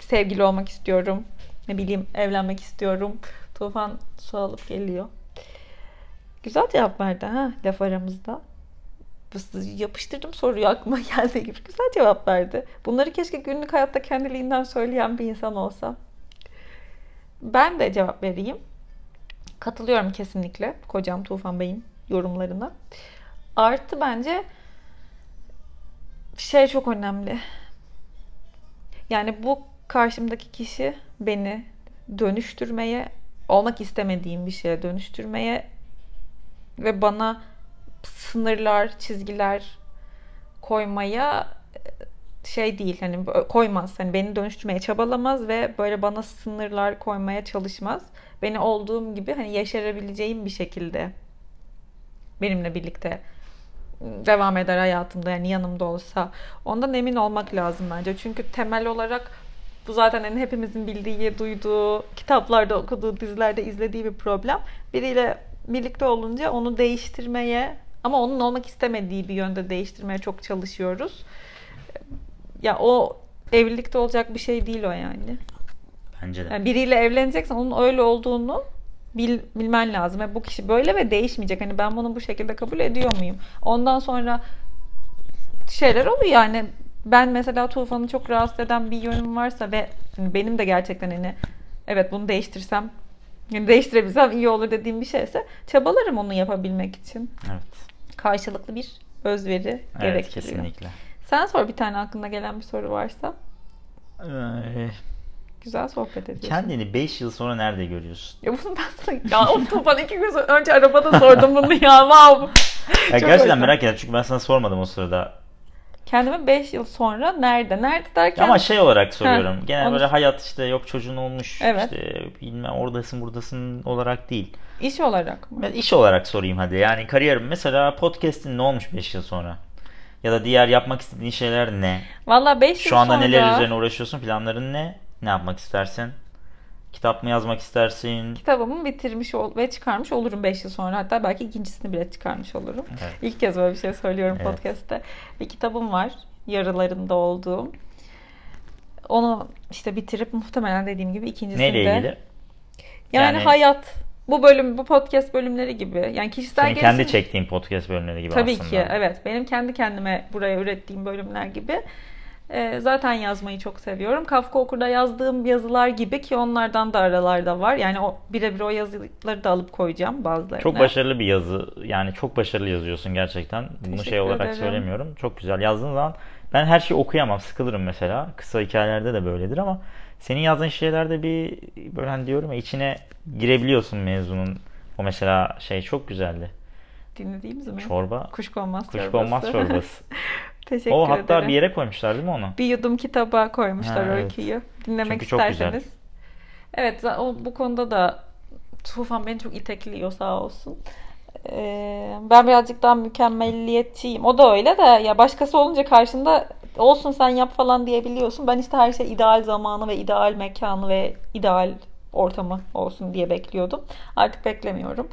Speaker 1: sevgili olmak istiyorum. Ne bileyim evlenmek istiyorum. Tufan su alıp geliyor. Güzel cevap verdi ha laf aramızda. Bıs- Yapıştırdım soruyu aklıma geldiği gibi. Güzel cevap verdi. Bunları keşke günlük hayatta kendiliğinden söyleyen bir insan olsa. Ben de cevap vereyim. Katılıyorum kesinlikle kocam Tufan Bey'in yorumlarına. Artı bence şey çok önemli. Yani bu karşımdaki kişi beni dönüştürmeye, olmak istemediğim bir şeye dönüştürmeye ve bana sınırlar, çizgiler koymaya e, şey değil hani bö- koymaz. Hani beni dönüştürmeye çabalamaz ve böyle bana sınırlar koymaya çalışmaz. Beni olduğum gibi hani yeşerebileceğim bir şekilde benimle birlikte devam eder hayatımda yani yanımda olsa. Ondan emin olmak lazım bence. Çünkü temel olarak bu zaten hani hepimizin bildiği, duyduğu, kitaplarda okuduğu, dizilerde izlediği bir problem. Biriyle birlikte olunca onu değiştirmeye ama onun olmak istemediği bir yönde değiştirmeye çok çalışıyoruz. Ya o evlilikte olacak bir şey değil o yani.
Speaker 2: Bence de.
Speaker 1: Yani biriyle evleneceksen onun öyle olduğunu bil- bilmen lazım. Yani bu kişi böyle ve değişmeyecek. Hani ben bunu bu şekilde kabul ediyor muyum? Ondan sonra şeyler oluyor yani. Ben mesela Tufan'ı çok rahatsız eden bir yönüm varsa ve hani benim de gerçekten hani evet bunu değiştirsem yani değiştirebilsem iyi olur dediğim bir şeyse çabalarım onu yapabilmek için.
Speaker 2: Evet.
Speaker 1: Karşılıklı bir özveri
Speaker 2: Evet
Speaker 1: gerektiriyor.
Speaker 2: kesinlikle.
Speaker 1: Sen sor bir tane aklına gelen bir soru varsa.
Speaker 2: Ee,
Speaker 1: Güzel sohbet ediyorsun.
Speaker 2: kendini 5 yıl sonra nerede görüyorsun?
Speaker 1: Ya bunu ben sana... Ya o Tufan iki gün sonra- önce arabada sordum bunu ya. Wow.
Speaker 2: Ya
Speaker 1: Çok
Speaker 2: gerçekten
Speaker 1: hoşuma-
Speaker 2: merak ettim çünkü ben sana sormadım o sırada.
Speaker 1: Kendime 5 yıl sonra nerede? Nerede derken...
Speaker 2: Ama şey olarak soruyorum. Genel
Speaker 1: onu-
Speaker 2: böyle hayat işte yok çocuğun olmuş
Speaker 1: Evet.
Speaker 2: işte bilmem oradasın buradasın olarak değil.
Speaker 1: iş olarak mı?
Speaker 2: Ben iş olarak sorayım hadi. Yani kariyerim mesela podcast'in ne olmuş 5 yıl sonra? Ya da diğer yapmak istediğin şeyler ne?
Speaker 1: Valla 5 yıl
Speaker 2: Şu anda
Speaker 1: sonra...
Speaker 2: neler üzerine uğraşıyorsun? Planların ne? Ne yapmak istersin? Kitap mı yazmak istersin?
Speaker 1: Kitabımı bitirmiş ol ve çıkarmış olurum 5 yıl sonra. Hatta belki ikincisini bile çıkarmış olurum.
Speaker 2: Evet.
Speaker 1: İlk kez böyle bir şey söylüyorum
Speaker 2: Evet.
Speaker 1: podcast'te. Bir kitabım var. Yarılarında olduğum. Onu işte bitirip muhtemelen dediğim gibi ikincisini
Speaker 2: Neyle
Speaker 1: de...
Speaker 2: ilgili?
Speaker 1: Yani,
Speaker 2: Yani-
Speaker 1: hayat. Bu bölüm, bu podcast bölümleri gibi. Yani kişisel
Speaker 2: Senin kendi
Speaker 1: gelişim-
Speaker 2: çektiğin podcast bölümleri gibi
Speaker 1: Tabii
Speaker 2: aslında.
Speaker 1: ki evet. Benim kendi kendime buraya ürettiğim bölümler gibi. Ee, zaten yazmayı çok seviyorum. Kafka Okur'da yazdığım yazılar gibi ki onlardan da aralarda var. Yani o birebir o yazıları da alıp koyacağım bazılarını.
Speaker 2: Çok başarılı bir yazı. Yani çok başarılı yazıyorsun gerçekten. Bunu
Speaker 1: Teşekkür
Speaker 2: şey olarak
Speaker 1: ederim.
Speaker 2: söylemiyorum. Çok güzel yazdığın zaman ben her şeyi okuyamam. Sıkılırım mesela. Kısa hikayelerde de böyledir ama senin yazdığın şeylerde bir böyle hani diyorum ya içine girebiliyorsun mevzunun. O mesela şey çok güzeldi.
Speaker 1: dinlediğimiz mi?
Speaker 2: Çorba.
Speaker 1: Kuşkonmaz çorbası.
Speaker 2: Kuşkonmaz çorbası.
Speaker 1: Teşekkür
Speaker 2: o hatta
Speaker 1: ederim.
Speaker 2: bir yere koymuşlar değil mi onu?
Speaker 1: Bir yudum kitaba koymuşlar o
Speaker 2: Ha, evet.
Speaker 1: öyküyü. Dinlemek
Speaker 2: Çünkü çok güzel.
Speaker 1: isterseniz. Evet o, bu konuda da Tufan beni çok itekliyor sağ olsun. Ee, ben birazcık daha mükemmelliyetçiyim. O da öyle de ya başkası olunca karşında olsun sen yap falan diyebiliyorsun. Ben işte her şey ideal zamanı ve ideal mekanı ve ideal ortamı olsun diye bekliyordum. Artık beklemiyorum.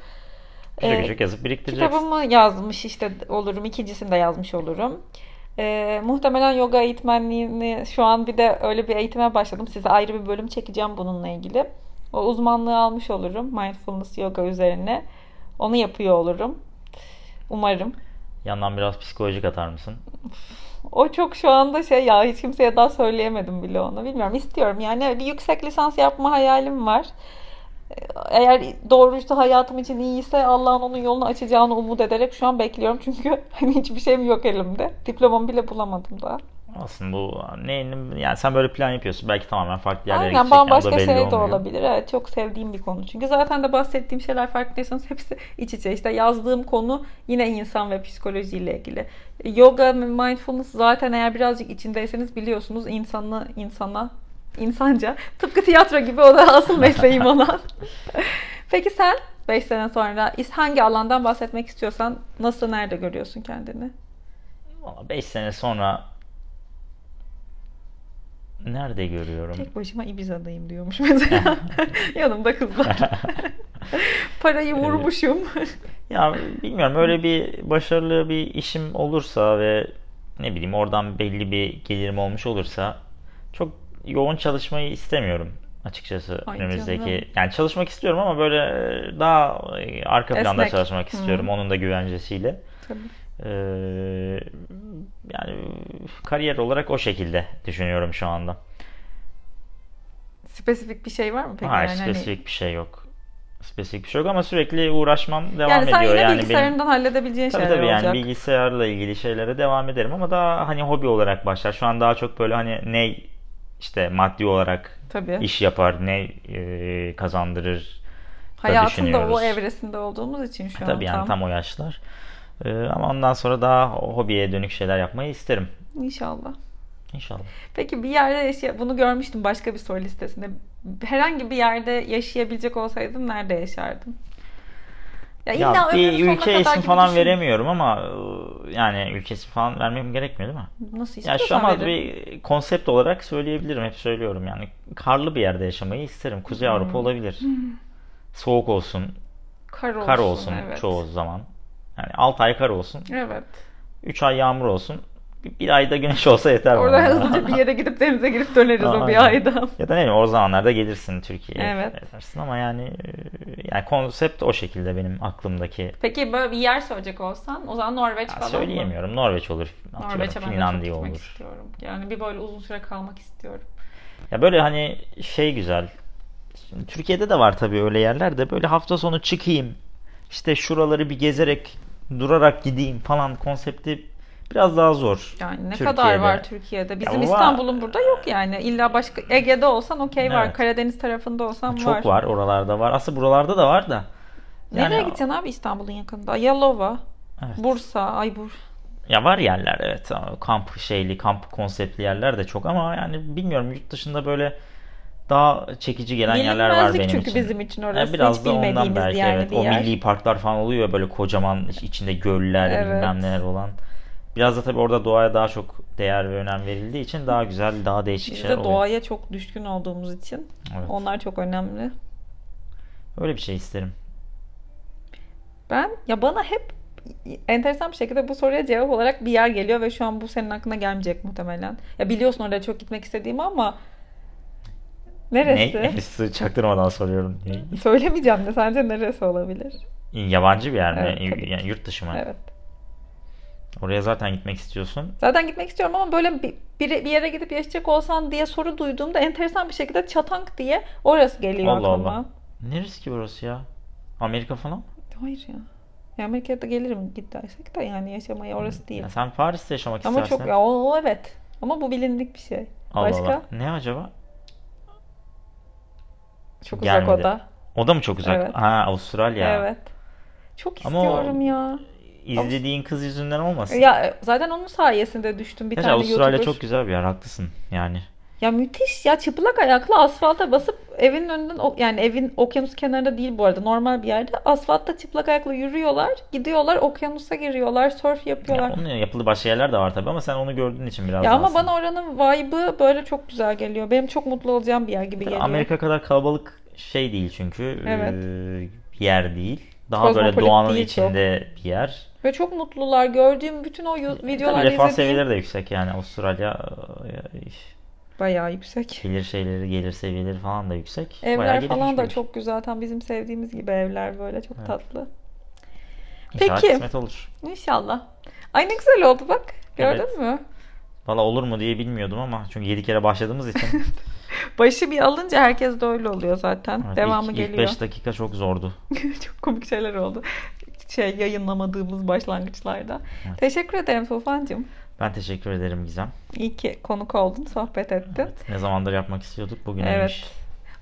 Speaker 2: Küçük
Speaker 1: Ee,
Speaker 2: küçük yazıp biriktireceksin.
Speaker 1: Kitabımı yazmış işte olurum. İkincisini de yazmış olurum. Ee, muhtemelen yoga eğitmenliğini şu an bir de öyle bir eğitime başladım. Size ayrı bir bölüm çekeceğim bununla ilgili. O uzmanlığı almış olurum. Mindfulness yoga üzerine. Onu yapıyor olurum. Umarım.
Speaker 2: Yandan biraz psikolojik atar mısın?
Speaker 1: O çok şu anda şey ya hiç kimseye daha söyleyemedim bile onu. Bilmiyorum istiyorum yani bir yüksek lisans yapma hayalim var. Ee, Eğer doğru işte hayatım için iyiyse Allah'ın onun yolunu açacağını umut ederek şu an bekliyorum. Çünkü hani hiçbir şeyim yok elimde. Diplomamı bile bulamadım daha.
Speaker 2: Aslında bu ne, ne- yani sen böyle plan yapıyorsun. Belki tamamen farklı yerlere
Speaker 1: Aynen
Speaker 2: gidecek. yani o da
Speaker 1: bambaşka
Speaker 2: belli
Speaker 1: şey de
Speaker 2: olmuyor.
Speaker 1: olabilir. Evet çok sevdiğim bir konu. Çünkü zaten de bahsettiğim şeyler farkındaysanız hepsi iç içe. İşte yazdığım konu yine insan ve psikolojiyle ilgili. Yoga, mindfulness zaten eğer birazcık içindeyseniz biliyorsunuz insanı insana insanca. Tıpkı tiyatro gibi o da asıl mesleğim olan. Peki sen 5 sene sonra is- hangi alandan bahsetmek istiyorsan nasıl nerede görüyorsun kendini?
Speaker 2: Valla 5 sene sonra nerede görüyorum?
Speaker 1: Tek başıma Ibiza'dayım diyormuş mesela. Yanımda kızlar. Parayı vurmuşum.
Speaker 2: Ya bilmiyorum öyle bir başarılı bir işim olursa ve ne bileyim oradan belli bir gelirim olmuş olursa çok yoğun çalışmayı istemiyorum açıkçası
Speaker 1: Ay
Speaker 2: önümüzdeki.
Speaker 1: canım.
Speaker 2: Yani çalışmak istiyorum ama böyle daha e, arka planda
Speaker 1: Esnek.
Speaker 2: çalışmak
Speaker 1: Hı.
Speaker 2: istiyorum onun da güvencesiyle. Ee, yani kariyer olarak o şekilde düşünüyorum şu anda.
Speaker 1: Spesifik bir şey var mı peki?
Speaker 2: Hayır
Speaker 1: yani hani-
Speaker 2: spesifik bir şey yok. Spesifik bir şey yok ama sürekli uğraşmam devam
Speaker 1: yani sen
Speaker 2: ediyor.
Speaker 1: yine
Speaker 2: yani benim-
Speaker 1: bilgisayarından halledebileceğin
Speaker 2: Tabii
Speaker 1: şeyler
Speaker 2: tabii yani
Speaker 1: olacak.
Speaker 2: bilgisayarla ilgili şeylere devam ederim ama daha hani hobi olarak başlar. Şu an daha çok böyle hani ne işte maddi olarak
Speaker 1: Tabii.
Speaker 2: iş yapar, ne e, kazandırır da
Speaker 1: Hayatın da
Speaker 2: düşünüyoruz. E,
Speaker 1: o evresinde olduğumuz için şu an
Speaker 2: Tabii yani tam o yaşlar. E, ama ondan sonra daha hobiye dönük şeyler yapmayı isterim.
Speaker 1: İnşallah.
Speaker 2: İnşallah.
Speaker 1: Peki bir yerde yaşa bunu görmüştüm başka bir soru listesinde. Herhangi bir yerde yaşayabilecek olsaydın nerede yaşardın? Ya,
Speaker 2: Ya
Speaker 1: illa ömrünün
Speaker 2: bir
Speaker 1: sonuna
Speaker 2: ülke
Speaker 1: kadar
Speaker 2: ismi
Speaker 1: gibi
Speaker 2: falan
Speaker 1: düşün-
Speaker 2: veremiyorum ama e, yani ülke ismi falan vermem gerekmiyor değil mi?
Speaker 1: Nasıl
Speaker 2: Ya şu
Speaker 1: istiyorsan
Speaker 2: ama
Speaker 1: verin.
Speaker 2: bir konsept olarak söyleyebilirim. Hep söylüyorum yani. Karlı bir yerde yaşamayı isterim. Kuzey Avrupa olabilir. Soğuk olsun.
Speaker 1: Kar olsun.
Speaker 2: Kar olsun
Speaker 1: evet.
Speaker 2: çoğu zaman. Yani 6 ay kar olsun.
Speaker 1: Evet.
Speaker 2: 3 ay yağmur olsun. Bir, bir ayda güneş olsa yeter bana.
Speaker 1: Orada hızlıca bir yere gidip denize girip döneriz o bir
Speaker 2: Aynen.
Speaker 1: ayda.
Speaker 2: Ya da ne bileyim o zamanlarda gelirsin Türkiye'ye.
Speaker 1: Evet.
Speaker 2: Edersin ama yani e, yani konsept o şekilde benim aklımdaki.
Speaker 1: Peki böyle bir yer söyleyecek olsan o zaman Norveç
Speaker 2: Ya
Speaker 1: falan mı?
Speaker 2: söyleyemiyorum. Norveç olur. atıyorum,
Speaker 1: Norveç'e ben de çok
Speaker 2: Finlandiya
Speaker 1: gitmek
Speaker 2: olur.
Speaker 1: istiyorum. Yani bir böyle uzun süre kalmak istiyorum.
Speaker 2: Ya böyle hani şey güzel. Şimdi Türkiye'de de var tabii öyle yerler de böyle hafta sonu çıkayım. işte şuraları bir gezerek, durarak gideyim falan konsepti biraz daha zor.
Speaker 1: Yani ne
Speaker 2: Türkiye'de.
Speaker 1: kadar var Türkiye'de? Bizim
Speaker 2: ama-
Speaker 1: İstanbul'un burada yok yani. İlla başka Ege'de olsan okey var.
Speaker 2: Evet.
Speaker 1: Karadeniz tarafında olsan
Speaker 2: Çok var. oralarda var. Aslında buralarda da var da.
Speaker 1: Nereye
Speaker 2: Yani-
Speaker 1: gideceksin abi İstanbul'un yakında? Yalova,
Speaker 2: Evet.
Speaker 1: Bursa, ay Bur.
Speaker 2: Ya var yerler evet. Ama Kamp şeyli, kamp konseptli yerler de çok ama yani bilmiyorum yurt dışında böyle daha çekici gelen yerler var
Speaker 1: Bilinmezlik
Speaker 2: benim
Speaker 1: çünkü
Speaker 2: için.
Speaker 1: bizim için orası.
Speaker 2: Ya biraz
Speaker 1: Hiç
Speaker 2: da ondan
Speaker 1: bilmediğimiz
Speaker 2: belki
Speaker 1: yani
Speaker 2: evet.
Speaker 1: bir
Speaker 2: O
Speaker 1: yer.
Speaker 2: milli parklar falan oluyor ya böyle kocaman iç- içinde göller
Speaker 1: Evet.
Speaker 2: bilmem neler olan. Biraz da tabii orada doğaya daha çok değer ve önem verildiği için daha güzel, daha değişik
Speaker 1: Biz
Speaker 2: şeyler
Speaker 1: de
Speaker 2: şey oluyor.
Speaker 1: doğaya çok düşkün olduğumuz için
Speaker 2: Evet.
Speaker 1: onlar çok önemli.
Speaker 2: Öyle bir şey isterim.
Speaker 1: Ben ya bana hep enteresan bir şekilde bu soruya cevap olarak bir yer geliyor ve şu an bu senin aklına gelmeyecek muhtemelen. Ya biliyorsun oraya çok gitmek istediğimi ama neresi?
Speaker 2: Ne? Sizi Çaktırmadan soruyorum.
Speaker 1: Söylemeyeceğim de sence neresi olabilir?
Speaker 2: Yabancı bir yer mi?
Speaker 1: Evet, tabii
Speaker 2: yani yurt dışı mı?
Speaker 1: Evet.
Speaker 2: Oraya zaten gitmek istiyorsun.
Speaker 1: Zaten gitmek istiyorum ama böyle bir, bir, bir yere gidip yaşayacak olsan diye soru duyduğumda enteresan bir şekilde Çatank diye orası geliyor
Speaker 2: Allah
Speaker 1: aklıma.
Speaker 2: Allah. Neresi ki burası ya? Amerika falan?
Speaker 1: Hayır ya. Ya Amerika'da gelirim git dersek de yani yaşamaya orası değil.
Speaker 2: Ya sen Paris'te yaşamak
Speaker 1: Ama
Speaker 2: istersin.
Speaker 1: çok ya o, o evet. Ama bu bilindik bir şey.
Speaker 2: Allah
Speaker 1: Başka?
Speaker 2: Allah. Ne acaba?
Speaker 1: Çok uzak
Speaker 2: Gelmedi.
Speaker 1: o da.
Speaker 2: O da mı çok uzak?
Speaker 1: Evet.
Speaker 2: Ha Avustralya.
Speaker 1: Evet. Çok
Speaker 2: Ama o-
Speaker 1: istiyorum ya.
Speaker 2: izlediğin kız yüzünden olmasın.
Speaker 1: Ya e, zaten onun sayesinde düştüm bir
Speaker 2: Gerçi
Speaker 1: tane
Speaker 2: Avustralya
Speaker 1: YouTuber.
Speaker 2: çok güzel bir yer haklısın yani.
Speaker 1: Ya müthiş ya çıplak ayakla asfalta basıp evin önünden o- yani evin okyanus kenarında değil bu arada normal bir yerde asfaltta çıplak ayakla yürüyorlar gidiyorlar okyanusa giriyorlar sörf
Speaker 2: Ya
Speaker 1: yapıyorlar.
Speaker 2: onun yapıldı başka yerler de var tabii ama sen onu gördüğün için biraz
Speaker 1: Ya
Speaker 2: daha
Speaker 1: ama
Speaker 2: aslında.
Speaker 1: bana oranın vibe'ı böyle çok güzel geliyor. Benim çok mutlu olacağım bir yer gibi geliyor.
Speaker 2: Amerika kadar kalabalık şey değil çünkü.
Speaker 1: Evet.
Speaker 2: Ee, yer değil. Daha böyle
Speaker 1: Kozmopolit
Speaker 2: doğanın
Speaker 1: değil çok.
Speaker 2: içinde bir yer.
Speaker 1: Ve çok mutlular. Gördüğüm bütün o yu-
Speaker 2: Tabii
Speaker 1: videolarda
Speaker 2: refah
Speaker 1: izlediğim
Speaker 2: seviyeleri de yüksek yani Avustralya e,
Speaker 1: bayağı yüksek.
Speaker 2: gelir şeyleri gelir seviyeleri falan da yüksek.
Speaker 1: Evler
Speaker 2: Bayağı gelişmiş
Speaker 1: falan
Speaker 2: bir
Speaker 1: da
Speaker 2: ülke.
Speaker 1: çok güzel. Tam bizim sevdiğimiz gibi evler böyle çok
Speaker 2: Evet.
Speaker 1: tatlı.
Speaker 2: İnşallah
Speaker 1: Peki.
Speaker 2: kısmet olur.
Speaker 1: İnşallah. Ay ne güzel oldu bak. Gördün
Speaker 2: Evet.
Speaker 1: mü?
Speaker 2: Valla olur mu diye bilmiyordum ama çünkü 7 kere başladığımız için
Speaker 1: Başı bir alınca herkes de öyle oluyor zaten.
Speaker 2: evet,
Speaker 1: Devamı
Speaker 2: ilk,
Speaker 1: geliyor.
Speaker 2: 5 dakika çok zordu.
Speaker 1: Çok komik şeyler oldu. Şey yayınlamadığımız başlangıçlarda.
Speaker 2: Evet.
Speaker 1: Teşekkür ederim Tufancığım.
Speaker 2: Ben teşekkür ederim Gizem.
Speaker 1: İyi ki konuk oldun, sohbet ettin.
Speaker 2: Ne zamandır yapmak istiyorduk bugün
Speaker 1: Evet.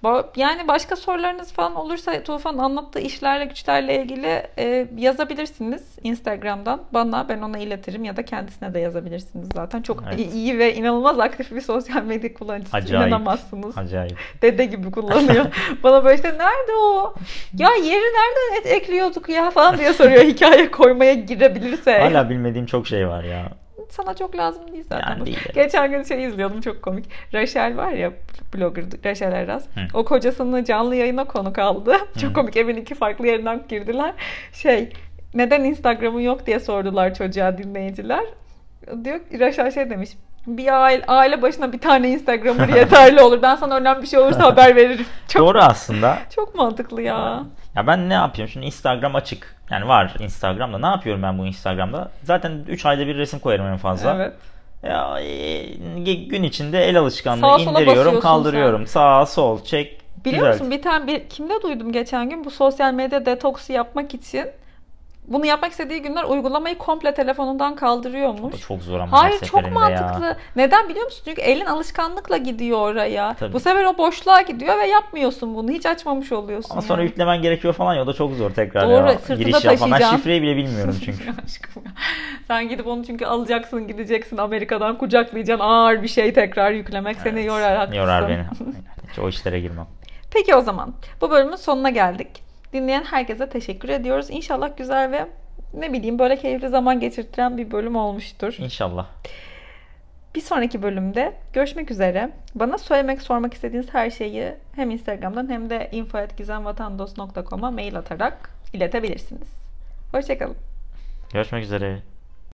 Speaker 1: Ba- Yani başka sorularınız falan olursa Tufan'ın anlattığı işlerle güçlerle ilgili e, yazabilirsiniz Instagram'dan bana ben ona iletirim ya da kendisine de yazabilirsiniz zaten. Çok
Speaker 2: Evet.
Speaker 1: i- iyi ve inanılmaz aktif bir sosyal medya kullanıcısı.
Speaker 2: Acayip.
Speaker 1: İnanamazsınız.
Speaker 2: Acayip.
Speaker 1: Dede gibi kullanıyor. bana böyle işte nerede o? Ya yeri nereden et- ekliyorduk ya falan diye soruyor hikaye koymaya girebilirse.
Speaker 2: Hala bilmediğim çok şey var ya.
Speaker 1: Sana çok lazım değil zaten.
Speaker 2: Yani
Speaker 1: bu.
Speaker 2: değil.
Speaker 1: Geçen gün şey izliyordum çok komik. Rachel var ya blogger Rachel Eras.
Speaker 2: Hı.
Speaker 1: O kocasını canlı yayına konuk aldı. Çok komik evin iki farklı yerinden girdiler. Şey neden Instagram'ın yok diye sordular çocuğa dinleyiciler. Diyor Rachel şey demiş. Bir aile, aile başına bir tane Instagram'ı yeterli olur. Ben sana önemli bir şey olursa haber veririm. Çok,
Speaker 2: Doğru aslında.
Speaker 1: çok mantıklı ya.
Speaker 2: Ya ben ne yapıyorum? Şimdi Instagram açık. Yani var Instagram'da. Ne yapıyorum ben bu Instagram'da? Zaten 3 ayda bir resim koyarım en fazla.
Speaker 1: Evet.
Speaker 2: Ya, e, gün içinde el alışkanlığı
Speaker 1: Sağa sola
Speaker 2: indiriyorum,
Speaker 1: basıyorsun
Speaker 2: kaldırıyorum. Sağa sol çek.
Speaker 1: Biliyor
Speaker 2: Güzel.
Speaker 1: musun bir tane bir kimde duydum geçen gün bu sosyal medya detoksu yapmak için bunu yapmak istediği günler uygulamayı komple telefonundan
Speaker 2: Bu
Speaker 1: kaldırıyormuş.
Speaker 2: çok zor ama her
Speaker 1: Hayır çok
Speaker 2: seferinde ya.
Speaker 1: mantıklı. Neden biliyor musun? Çünkü elin alışkanlıkla gidiyor oraya.
Speaker 2: Tabii.
Speaker 1: Bu sefer o boşluğa gidiyor ve yapmıyorsun bunu. Hiç açmamış oluyorsun.
Speaker 2: Ama sonra
Speaker 1: yani.
Speaker 2: yüklemen gerekiyor falan ya o da çok zor tekrar
Speaker 1: Doğru,
Speaker 2: ya.
Speaker 1: sırtında
Speaker 2: Giriş yapma. Ben
Speaker 1: taşıyacaksın.
Speaker 2: şifreyi bile bilmiyorum çünkü.
Speaker 1: Aşkım ya. Sen gidip onu çünkü alacaksın, gideceksin Amerika'dan kucaklayacaksın. Ağır bir şey tekrar yüklemek seni
Speaker 2: Evet.
Speaker 1: yorar haklısın.
Speaker 2: Yorar beni. Aynen. Hiç o işlere girmem.
Speaker 1: Peki o zaman bu bölümün sonuna geldik. Dinleyen herkese teşekkür ediyoruz. İnşallah güzel ve ne bileyim böyle keyifli zaman geçirtiren bir bölüm olmuştur.
Speaker 2: İnşallah.
Speaker 1: Bir sonraki bölümde görüşmek üzere. Bana söylemek, sormak istediğiniz her şeyi hem Instagram'dan hem de info@gizemvatandos.com'a mail atarak iletebilirsiniz. Hoşçakalın.
Speaker 2: Görüşmek üzere.